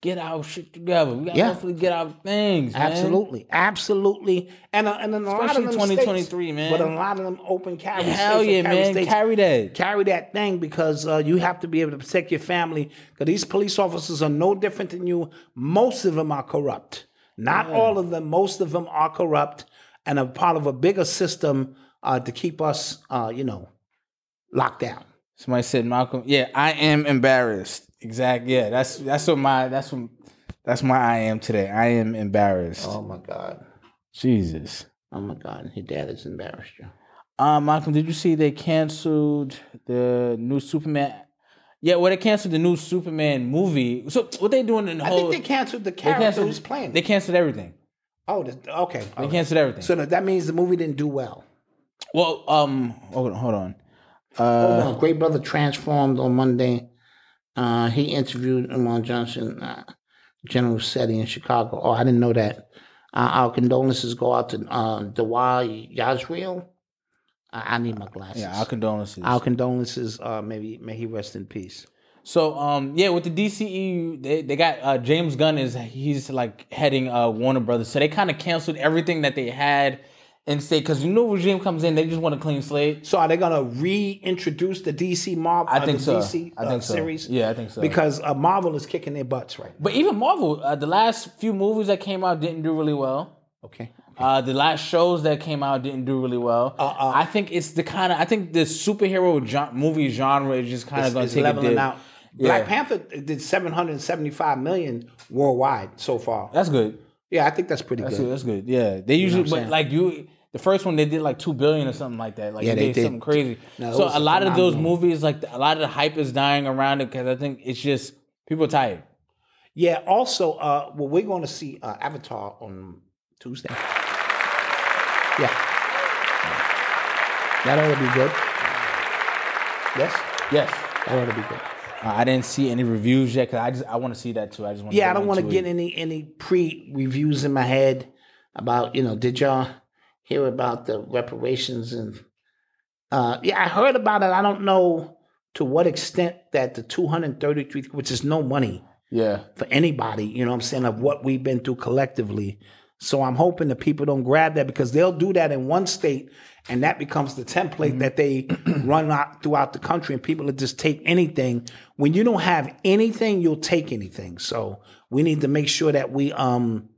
get our shit together. We gotta Yeah. lawfully get our things. man. Absolutely, absolutely, and uh, and in a lot of Especially them 2023, states, man. But in a lot of them open carry, Hell states or yeah, carry man. states, Carry that. carry that thing because uh, you have to be able to protect your family. Because these police officers are no different than you. Most of them are corrupt. Not all of them. Most of them are corrupt and are part of a bigger system uh, to keep us, uh, you know, locked down. Somebody said, Malcolm, yeah, I am embarrassed. Exactly. Yeah, that's that's what my that's what that's my I am today. I am embarrassed. my God! Jesus. Oh my God! Your dad has embarrassed you. Um, Malcolm, did you see they canceled the new Superman? Yeah, well, they canceled the new Superman movie. So what they doing in the I whole? think they canceled the Oh, they character who's canceled. playing. They canceled everything. oh, the, okay. They canceled everything. So that that means the movie didn't do well. Well, um, hold on, hold on. Hold on. Uh, Great Brother transformed on Monday. Uh, he interviewed Amon Johnson, uh, General Setti in Chicago. Oh, I didn't know that. Uh, our condolences go out to uh, Dawai Yazriel. I-, I need my glasses. Yeah, our condolences. our condolences. Uh, maybe may he rest in peace. so, um, yeah, with the DCEU, they they got uh, James Gunn is he's like heading uh Warner Brothers, so they kind of canceled everything that they had and say because the new regime comes in, they just want a clean slate. So are they gonna reintroduce the DC Marvel? I think the so. DC, I uh, think so. Series. Yeah, I think so. Because uh, Marvel is kicking their butts right now. But even Marvel, uh, the last few movies that came out didn't do really well. Okay. Uh, the last shows that came out didn't do really well. Uh-uh. I think it's the kind of I think the superhero gen- movie genre is just kind of going it's to take a leveling dip. out. Black Yeah. Panther did 775 million worldwide so far. That's good. yeah, I think that's pretty That's good. good. That's good. Yeah, they usually, what I'm but saying? like you, the first one they did like two billion or something like that. Like Yeah, they, they did, did. something crazy. No, it so was a a lot of those phenomenal- movies, like a lot of the hype is dying around it because I think it's just people are tired. Yeah, also, uh, well, we're going to see uh, Avatar on Tuesday. Yeah. That ought to be good. Yes? Yes, That ought to be good. uh, I didn't see any reviews yet because I just I want to see that too. I just want. Yeah, I don't want to get any any pre reviews in my head about you know. Did y'all hear about the reparations and? Uh, yeah, I heard about it. I don't know to what extent that the two hundred thirty three, which is no money Yeah, for anybody, you know what I'm saying, of what we've been through collectively. So I'm hoping that people don't grab that because they'll do that in one state and that becomes the template that they run out throughout the country and people will just take anything. When you don't have anything, you'll take anything. So we need to make sure that we um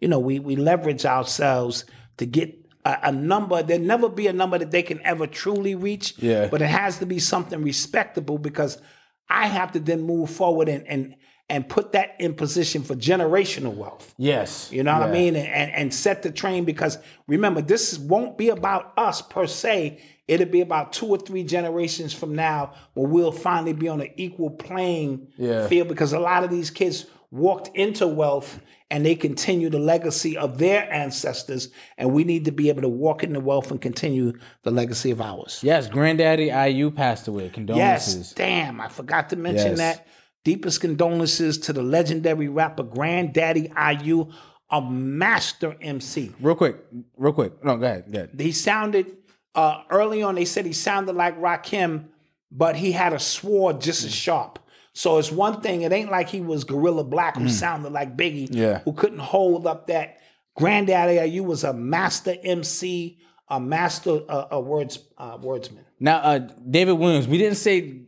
you know, we we leverage ourselves to get a, a number. There'll never be a number that they can ever truly reach. Yeah. But it has to be something respectable because I have to then move forward and and and put that in position for generational wealth. Yes. You know what I Yeah. mean? And, and and set the train because remember, this is- won't be about us per se. It'll be about two or three generations from now where we'll finally be on an equal playing Yeah. field because a lot of these kids walked into wealth and they continue the legacy of their ancestors. And we need to be able to walk into wealth and continue the legacy of ours. Yes, Granddaddy IU passed away. Condolences. Yes, damn, I forgot to mention Yes. that. Deepest condolences to the legendary rapper Granddaddy IU, a master MC. Real quick, real quick. No, go ahead. Go ahead. He sounded uh, early on. They said he sounded like Rakim, but he had a sword just Hmm. as sharp. So it's one thing. It ain't like he was Gorilla Black, who sounded like Biggie, Hmm. Yeah. who couldn't hold up that. Granddaddy IU was a master MC, a master uh, a words uh, wordsman. Now, uh, David Williams, we didn't say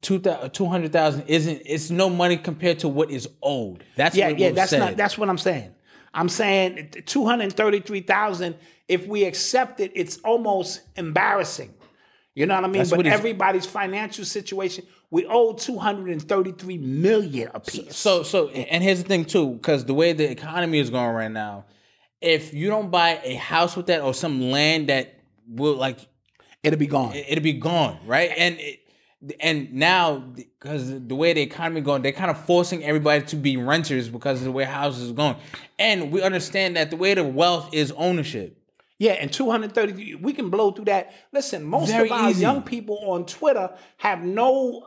two thou- 200,000 isn't, it's no money compared to what is owed. That's yeah, what yeah. Will That's said. not. That's what I'm saying. I'm saying two hundred thirty-three thousand. If we accept it, it's almost embarrassing. You know what I mean? That's but what he's- everybody's financial situation, we owe two hundred and thirty-three million apiece. So so and here's the thing too, because the way the economy is going right now, if you don't buy a house with that or some land that will like it'll be gone. it- it'll be gone, right? And it, and now because the way the economy going, they're kind of forcing everybody to be renters because of the way houses are going. And we understand that the way the wealth is ownership. Yeah, and 230, we can blow through that. Listen, most Very of our easy. young people on Twitter have no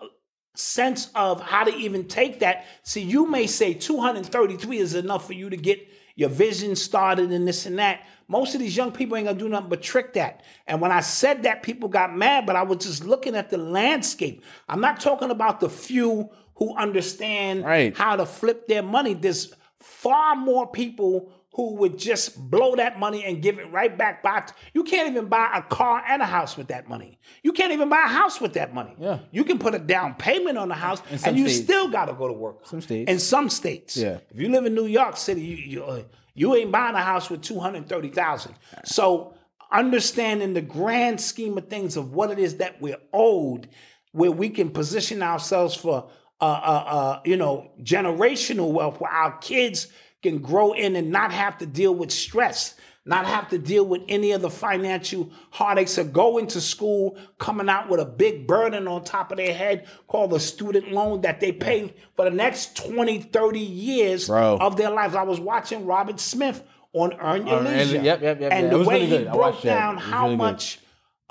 sense of how to even take that. See, you may say 233 is enough for you to get your vision started and this and that. Most of these young people ain't gonna do nothing but trick that. And when I said that, people got mad, but I was just looking at the landscape. I'm not talking about the few who understand Right. how to flip their money. There's far more people who would just blow that money and give it right back. By you can't even buy a car and a house with that money. You can't even buy a house with that money. Yeah. You can put a down payment on the house, In some and you states. still got to go to work. Some states. In some states. Yeah. If you live in New York City, you you, uh, you ain't buying a house with two hundred thirty thousand. So understanding the grand scheme of things of what it is that we're owed, where we can position ourselves for uh, uh, uh, you know generational wealth, where our kids can grow in and not have to deal with stress. Not have to deal with any of the financial heartaches or go into school coming out with a big burden on top of their head called a student loan that they pay for the next 20, 30 years Bro. of their lives. I was watching Robert Smith on Earn Your Earn Your Leisure. Leisure. Yep, yep, yep, And yeah. It the was way really good. he I broke watched that. down It was how really good. much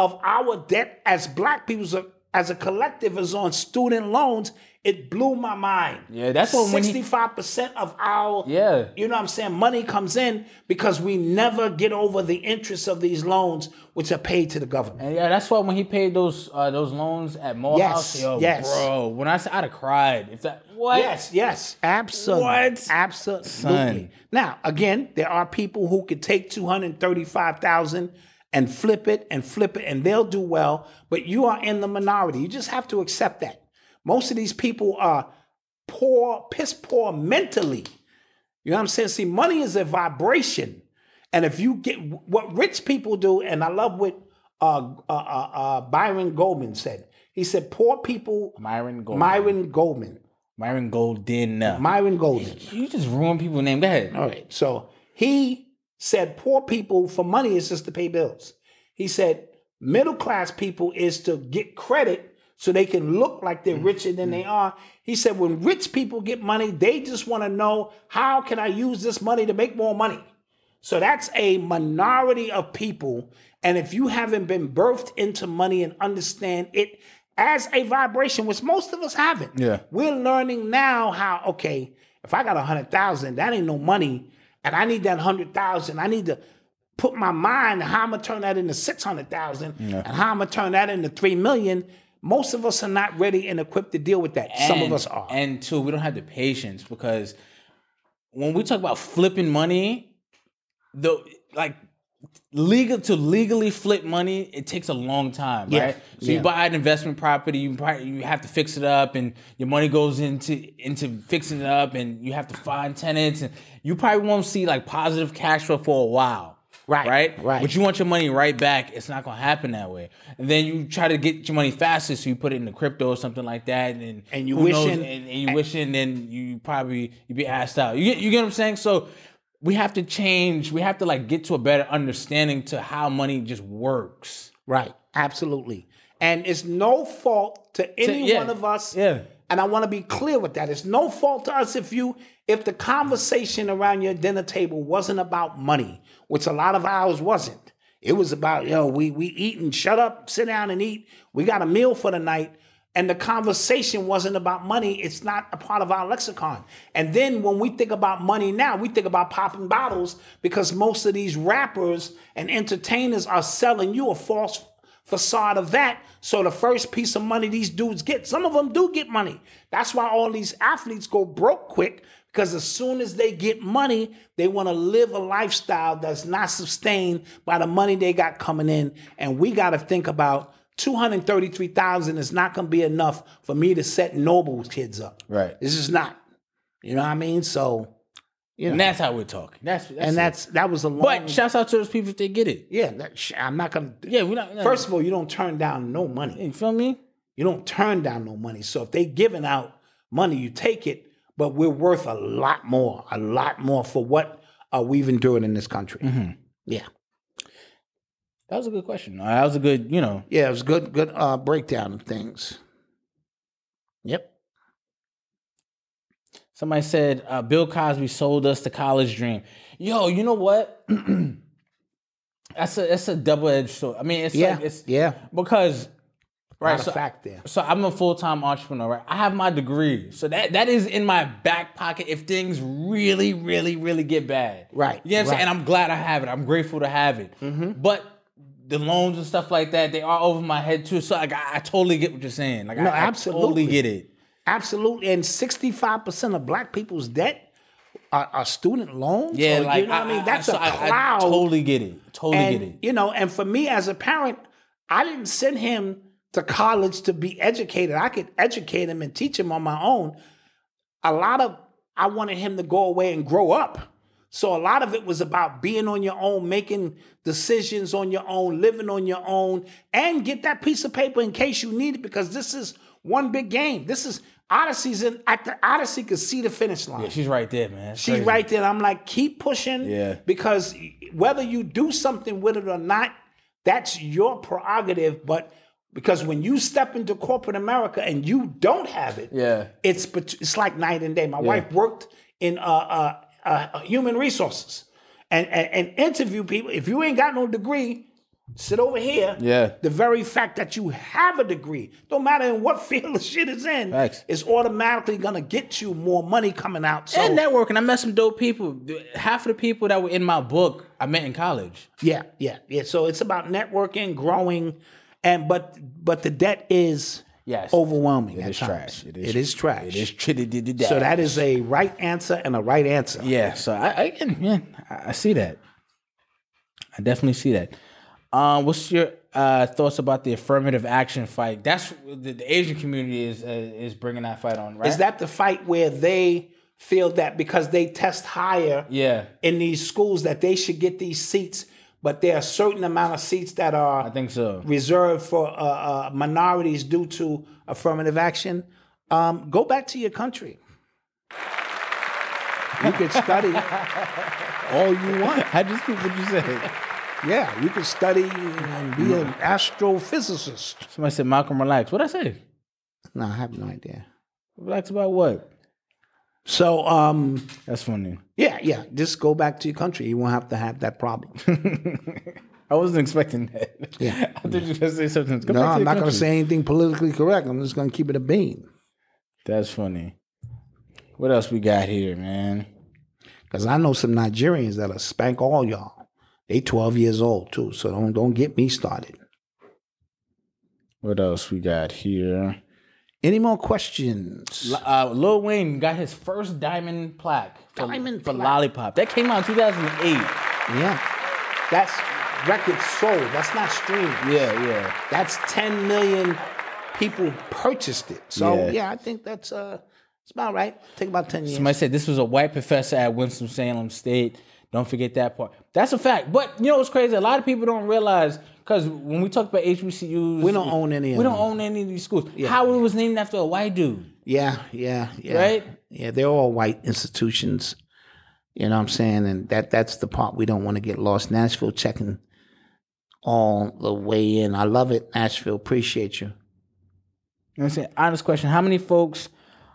of our debt as black people as a, as a collective is on student loans, it blew my mind. Yeah, that's what when he- 65% of our Yeah. you know what I'm saying? Money comes in because we never get over the interest of these loans which are paid to the government. And yeah, that's why when he paid those uh, those loans at Morehouse, Yes, yo, yes. bro, when I said I'd have cried. If that what? Yes, yes, absolutely. What? Absolutely. Son. Now, again, there are people who could take 235,000 and flip it and flip it and they'll do well, but you are in the minority. You just have to accept that. Most of these people are poor, piss poor mentally. You know what I'm saying? See, money is a vibration. And if you get what rich people do, and I love what uh, uh, uh, uh, Byron Goldman said. He said, poor people, Myron Gold. Myron Goldman. Myron Golden. Myron Golden. you just ruined people's name. Go ahead. All right. So he said poor people for money is just to pay bills. He said middle class people is to get credit so they can look like they're richer than they are. He said when rich people get money, they just want to know how can I use this money to make more money. So that's a minority of people. And if you haven't been birthed into money and understand it as a vibration, which most of us haven't, Yeah. we're learning now how, okay, if I got a hundred thousand, that ain't no money. And I need that hundred thousand. I need to put my mind how I'm gonna turn that into six hundred thousand and how I'm gonna turn that into three million. Most of us are not ready and equipped to deal with that. Some of And- us are. And two, we don't have the patience because when we talk about flipping money, though, like legal to legally flip money, it takes a long time, Yeah, right? So you yeah. buy an investment property, you buy, you have to fix it up, and your money goes into into fixing it up, and you have to find tenants, and you probably won't see like positive cash flow for a while. Right, Right. right. But you want your money right back. It's not gonna happen that way. And then you try to get your money faster, so you put it into crypto or something like that. And And you who knows, wishing- and, and you wishing, then you probably you be asked out. You get you get what I'm saying? So we have to change. We have to like get to a better understanding to how money just works. Right. Absolutely. And it's no fault to any yeah, one of us. yeah. And I want to be clear with that. It's no fault to us if you if the conversation around your dinner table wasn't about money, which a lot of ours wasn't. It was about, yo, we we eating, shut up, sit down and eat. We got a meal for the night. And the conversation wasn't about money. It's not a part of our lexicon. And then when we think about money now, we think about popping bottles because most of these rappers and entertainers are selling you a false facade of that. So the first piece of money these dudes get, some of them do get money. That's why all these athletes go broke quick because as soon as they get money, they want to live a lifestyle that's not sustained by the money they got coming in. And we got to think about 233,000 is not going to be enough for me to set noble kids up. Right. This is not. You know what I mean? So And that's how we're talking. That's, that's and it. that's that was a long But shouts out to those people if they get it. yeah, that, sh- I'm not going to Yeah, we're not. First of all, you don't turn down no money. you feel me? You don't turn down no money. So if they giving out money, you take it. But we're worth a lot more, a lot more for what uh, we've endured in this country. Yeah, That was a good question. Uh, That was a good, you know. yeah, it was good, good uh, breakdown of things. Yep. Somebody said uh, Bill Cosby sold us the college dream. Yo, you know what? that's a that's a double edged sword. I mean, it's Yeah, like it's yeah. because Right. so- fact there. so I'm a full time entrepreneur. Right? I have my degree, so that that is in my back pocket if things really, really, really get bad. Right, You know what I'm right. Mm-hmm. saying? And I'm glad I have it. I'm grateful to have it. But the loans and stuff like that, they are over my head too. So like, I, I totally get what you're saying. Like, I- No, I, absolutely. totally get it. Absolutely. And 65% of black people's debt are, are student loans. Yeah, Or, like you know what I mean? That's a a cloud. totally get it. Totally and, get it. You know, and for me as a parent, I didn't send him to college to be educated. I could educate him and teach him on my own. A lot of I wanted him to go away and grow up. So a lot of it was about being on your own, making decisions on your own, living on your own, and get that piece of paper in case you need it because this is one big game. This is Odyssey's in at the Odyssey could see the finish line. Yeah, she's right there, man. She's She right there. I'm like, keep pushing. Yeah. Because whether you do something with it or not, that's your prerogative. But because when you step into corporate America and you don't have it, Yeah. it's bet- it's like night and day. My wife worked in uh, uh, uh, human resources and, and and interview people. If you ain't got no degree, sit over here. Yeah. The very fact that you have a degree, don't matter in what field the shit is in, Facts. is automatically gonna get you more money coming out. So And networking. I met some dope people. Half of the people that were in my book, I met in college. Yeah, yeah, yeah. So it's about networking, growing, and but but the debt is Yes. overwhelming. It at is times. trash. It is- It is trash. It is chitty diddy dash. So that is a right answer and a right answer. Yeah, so I, I can yeah, I I see that. I definitely see that. Um, what's your uh, thoughts about the affirmative action fight? That's the, the Asian community is uh, is bringing that fight on, right? Is that the fight where they feel that because they test higher yeah? in these schools that they should get these seats, but there are certain amount of seats that are I think so. reserved for uh, uh, minorities due to affirmative action, um, go back to your country. You can study all you want. I just think what you said. Yeah, you can study and be an astrophysicist. Somebody said Malcolm relax. What I say? No, I have no idea. Relax about what? So, um, That's funny. yeah, yeah, just go back to your country. You won't have to have that problem. I wasn't expecting that. Yeah. I thought you were gonna say something. Go no, back to I'm your not going to country. say anything politically correct. I'm just going to keep it a beam That's funny. What else we got here, man? because I know some Nigerians that'll spank all y'all. They 12 years old too, so don't don't get me started. What else we got here? Any more questions? Uh, Lil Wayne got his first diamond plaque for, Diamond for plaque. Lollipop. That came out in 2008. yeah, that's record sold. That's not streaming. Yeah, yeah. that's 10 million people purchased it. So yeah, Yeah. I think that's uh, it's about right. Take about 10 years. Somebody said this was a white professor at Winston Salem State Don't forget that part. That's a fact. But you know what's crazy? A lot of people don't realize because when we talk about HBCUs, We don't own any of We don't them. own any of these schools. Howard was named after a white dude. Yeah, yeah, yeah. Right? Yeah, they're all white institutions. You know what I'm saying? And that that's the part we don't want to get lost. Nashville checking all the way in. I love it, Nashville. Appreciate you. You know what I'm saying? Honest question. How many folks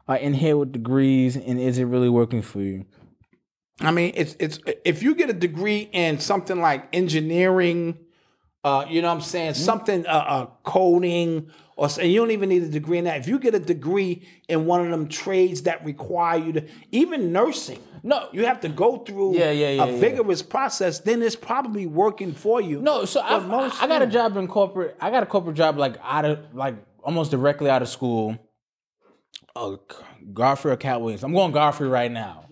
are in here with degrees and is it really working for you? I mean, it's it's if you get a degree in something like engineering, uh, you know what I'm saying, Mm-hmm. something uh, uh, coding, or s- and you don't even need a degree in that. If you get a degree in one of them trades that require you to, even nursing, No. you have to go through Yeah, yeah, yeah, a yeah. vigorous process. Then it's probably working for you. No, so I, But most I got a do. job in corporate. I got a corporate job like out of like almost directly out of school. Uh, Godfrey or Cat Williams. I'm going Godfrey right now.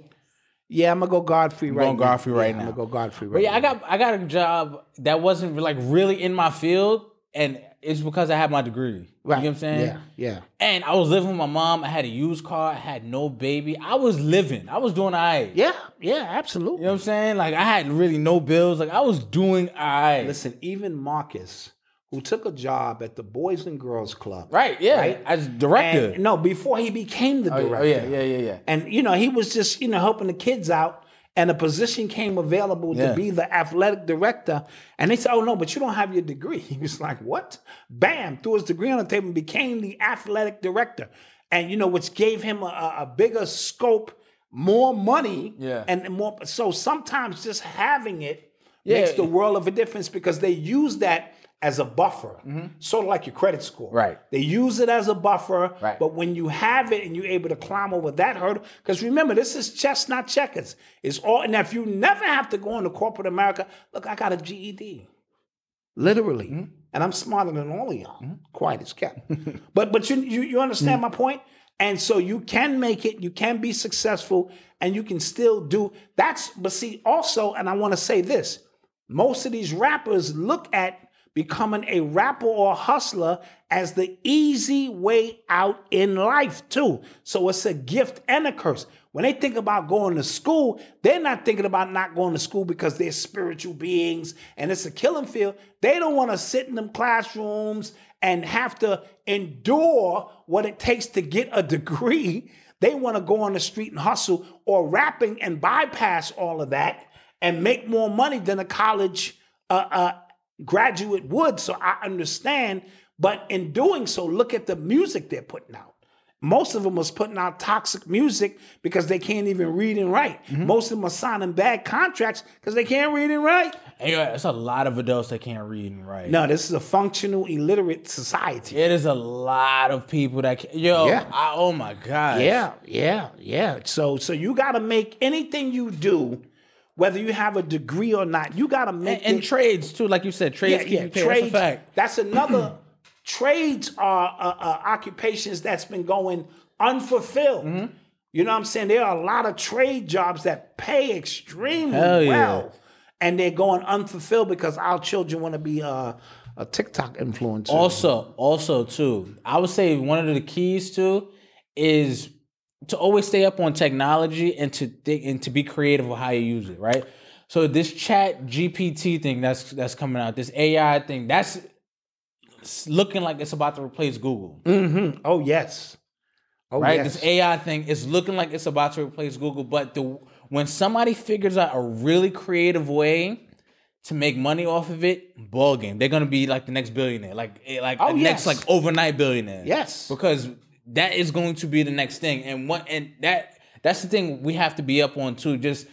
Yeah, I'm gonna go Godfrey right going now. Godfrey Yeah, right I'm now. gonna go Godfrey right But yeah, now. I got I got a job that wasn't like really in my field, and it's because I had my degree. right. You know what I'm saying? Yeah, yeah. And I was living with my mom. I had a used car. I had no baby. I was living. I was doing all right. Yeah, yeah, absolutely. You know what I'm saying? Like I had really no bills. Like I was doing all right. Listen, even Marcus, who took a job at the Boys and Girls Club, Right, yeah. As director. And- no, before he became the Oh, director. yeah, yeah, yeah, yeah, yeah. And you know, he was just you know helping the kids out, and a position came available Yeah. to be the athletic director. And they said, "Oh no, but you don't have your degree." He was like, "What?" Bam, threw his degree on the table and became the athletic director. And you know, which gave him a, a- a bigger scope, more money, Yeah. and more. So sometimes just having it makes Yeah. the world of a difference because they use that as a buffer, sort of like your credit score. Mm-hmm. Right. They use it as a buffer, Right. but when you have it and you're able to climb over that hurdle, because remember, this is chess, not checkers. It's all, and if you never have to go into corporate America, look, I got a GED, literally, and I'm smarter than all of y'all, quiet as kept. but but you you, you understand my point, and so you can make it, you can be successful, and you can still do. That's but see also, and I want to say this: most of these rappers look at becoming a rapper or a hustler as the easy way out in life too. So it's a gift and a curse. When they think about going to school, they're not thinking about not going to school because they're spiritual beings and it's a killing field. They don't want to sit in them classrooms and have to endure what it takes to get a degree. They want to go on the street and hustle or rapping and bypass all of that and make more money than a college uh, uh, graduate would. So I understand. But in doing so, look at the music they're putting out. Most of them was putting out toxic music because they can't even read and write. Most of them are signing bad contracts because they can't read and write. And you're right, it's a lot of adults that can't read and write. No, this is a functional, illiterate society. It is a lot of people that can, yo, Yeah. I, oh my god. Yeah, yeah, yeah. So so you got to make anything you do, whether you have a degree or not, you got to make And, and it- trades too, like you said, trades keep you paid. That's a fact. That's another. trades are uh, uh, occupations that's been going unfulfilled. Mm-hmm. You know what I'm saying? There are a lot of trade jobs that pay extremely Hell yeah. well, and they're going unfulfilled because our children want to be uh, a TikTok influencer. Also, also too, I would say one of the keys too is to always stay up on technology and to think and to be creative with how you use it, right? So this chat GPT thing that's that's coming out, this AI thing, that's it's looking like it's about to replace Google. oh yes, oh right? yes. Mm-hmm. This AI thing is looking like it's about to replace Google, but the when somebody figures out a really creative way to make money off of it, ball game. They're gonna be like the next billionaire, like eh, like Oh, the next yes. like overnight billionaire. Yes. because that is going to be the next thing, and what and that that's the thing we have to be up on too. Just.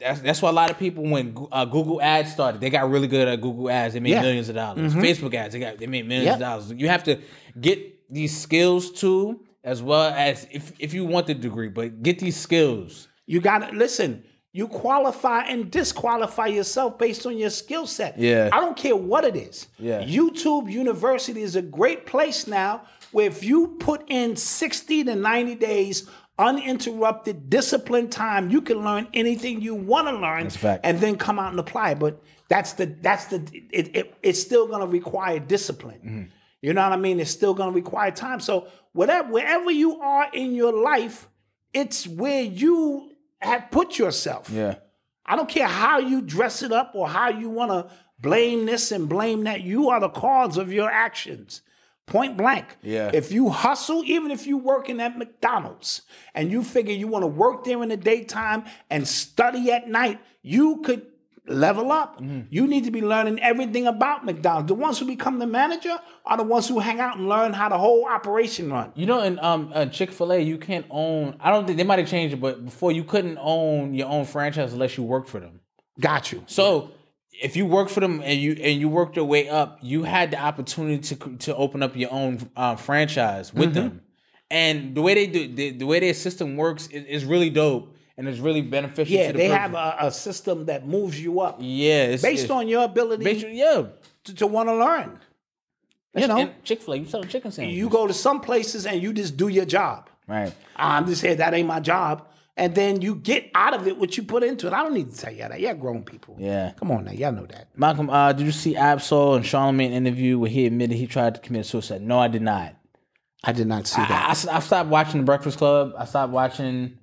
That's, that's why a lot of people when Goo- uh, Google Ads started, they got really good at Google Ads. They made Yeah. millions of dollars. Facebook Ads, they got they made millions Mm-hmm. Yep. of dollars dollars. You have to get these skills too, as well as if if you want the degree, but get these skills. You got to listen. You qualify and disqualify yourself based on your skill set. Yeah. I don't care what it is. Yeah. YouTube University is a great place now where if you put in 60 to 90 days uninterrupted disciplined time, you can learn anything you want to learn a fact. and then come out and apply. But that's the that's the it, it it's still gonna require discipline. Mm-hmm. You know what I mean? It's still gonna require time. So whatever wherever you are in your life, it's where you have put yourself. Yeah. I don't care how you dress it up or how you want to blame this and blame that. You are the cause of your actions. Point blank. Yeah. If you hustle, even if you working at McDonald's and you figure you want to work there in the daytime and study at night, you could level up. Mm-hmm. You need to be learning everything about McDonald's. The ones who become the manager are the ones who hang out and learn how the whole operation run. You know, in um, uh, Chick Fil A, you can't own. I don't think they might have changed it, but before you couldn't own your own franchise unless you worked for them. Got you. So if you worked for them and you and you worked your way up, you had the opportunity to c- to open up your own uh, franchise Mm-hmm. with them. And the way they do the, the way their system works is, is really dope and it's really beneficial. Yeah, to the they person. have a, a system that moves you up yeah, it's, based it's- on your ability based on- yeah. to, want to learn. You know, Chick Fil A, you selling chicken sandwiches, you go to some places and you just do your job. right? I'm just here. That ain't my job. And then you get out of it what you put into it. I don't need to tell you that. Yeah, grown people. Yeah. Come on now. Y'all know that. Malcolm, uh, did you see Absol and Charlemagne interview where he admitted he tried to commit suicide? No, I did not. I did not see that. I, I stopped watching The Breakfast Club. I stopped watching.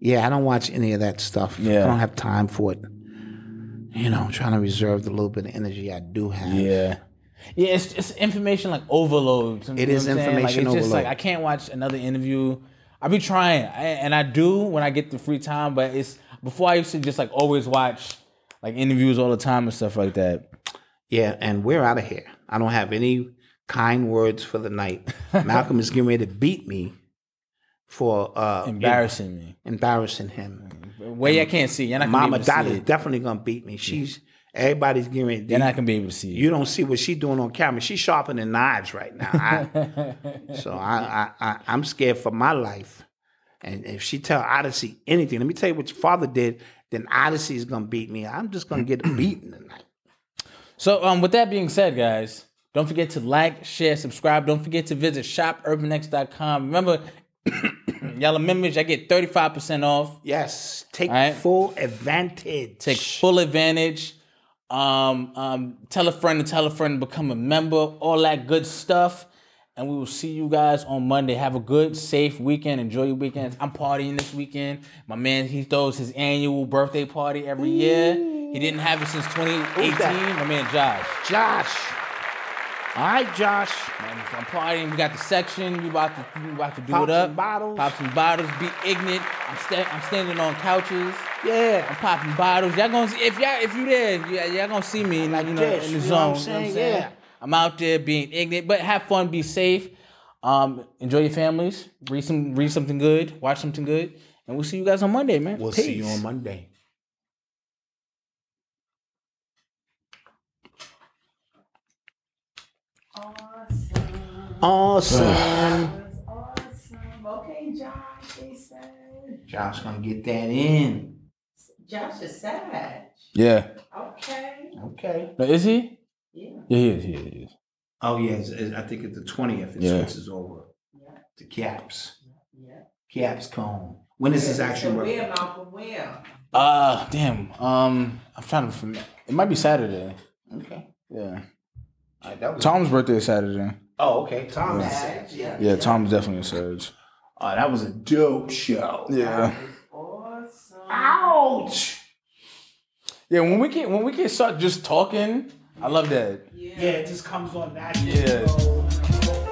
yeah, I don't watch any of that stuff. Yeah. I don't have time for it. You know, I'm trying to reserve the little bit of energy I do have. Yeah, it's just information like overload. You know It is what I'm saying? information like, it's Just like overload. I can't watch another interview. I be trying, I, and I do when I get the free time. But it's before I used to just like always watch like interviews all the time and stuff like that. Yeah, and we're out of here. I don't have any kind words for the night. Malcolm is getting ready to beat me for uh, Embarrassing me. embarrassing him. Way I can't see. You're not gonna be Mama able Dot to see is it. definitely gonna beat me. She's everybody's getting ready. You're To not gonna be able to see it. you don't see what she's doing on camera. She's sharpening knives right now. I, so I, I, I, I'm scared for my life. And if she tell Odyssey anything, let me tell you what your father did. Then Odyssey is gonna beat me. I'm just gonna get beaten tonight. So, um, with that being said, guys, don't forget to like, share, subscribe. Don't forget to visit shopurbanx.com. Remember, y'all are members. I get thirty five percent off. Yes, take All right. full advantage. Take full advantage. Um, um, tell a friend to tell a friend to become a member. All that good stuff. And we will see you guys on Monday. Have a good, safe weekend. Enjoy your weekends. I'm partying this weekend. My man, he throws his annual birthday party every year. He didn't have it since 2018. that? My man, Josh. Josh. All right, Josh. And if I'm partying. We got the section. We about to we about to do Pop it up. some bottles. Pop some bottles. Be ignorant. I'm, sta- I'm standing on couches. I'm Yeah. popping bottles. Y'all gonna see, if y'all if you there, yeah, y'all gonna see me like you know this, in the you know zone. what I'm You know what I'm saying? Yeah. I'm out there being ignorant, but have fun. Be safe. Um, enjoy your families. Read some read something good. Watch something good. And we'll see you guys on Monday, man. We'll see you Peace. on Monday. Awesome. Awesome. Okay, Josh, they said. Josh gonna get that in. Josh is sad. Yeah. Okay. Okay. No, is he? Yeah. Yeah, he is. He is. He is. Oh yeah, it's, it's- I think it's the twentieth. It Yeah. switches over Yeah. to Caps. Yeah. Caps cone. When is this actually So where, working? Malcolm? Where? Uh, damn. Um, I'm trying to. Fam- it might be Saturday. Okay. Yeah. All right, that was. Tom's birthday is Saturday. Oh, okay. Tom. Yeah. Yeah, Tom's definitely a surge. Oh, that was a dope show. Yeah. Awesome. Ouch. Yeah, when we can when we can start just talking, I love that. Yeah, it just comes on naturally. Yeah.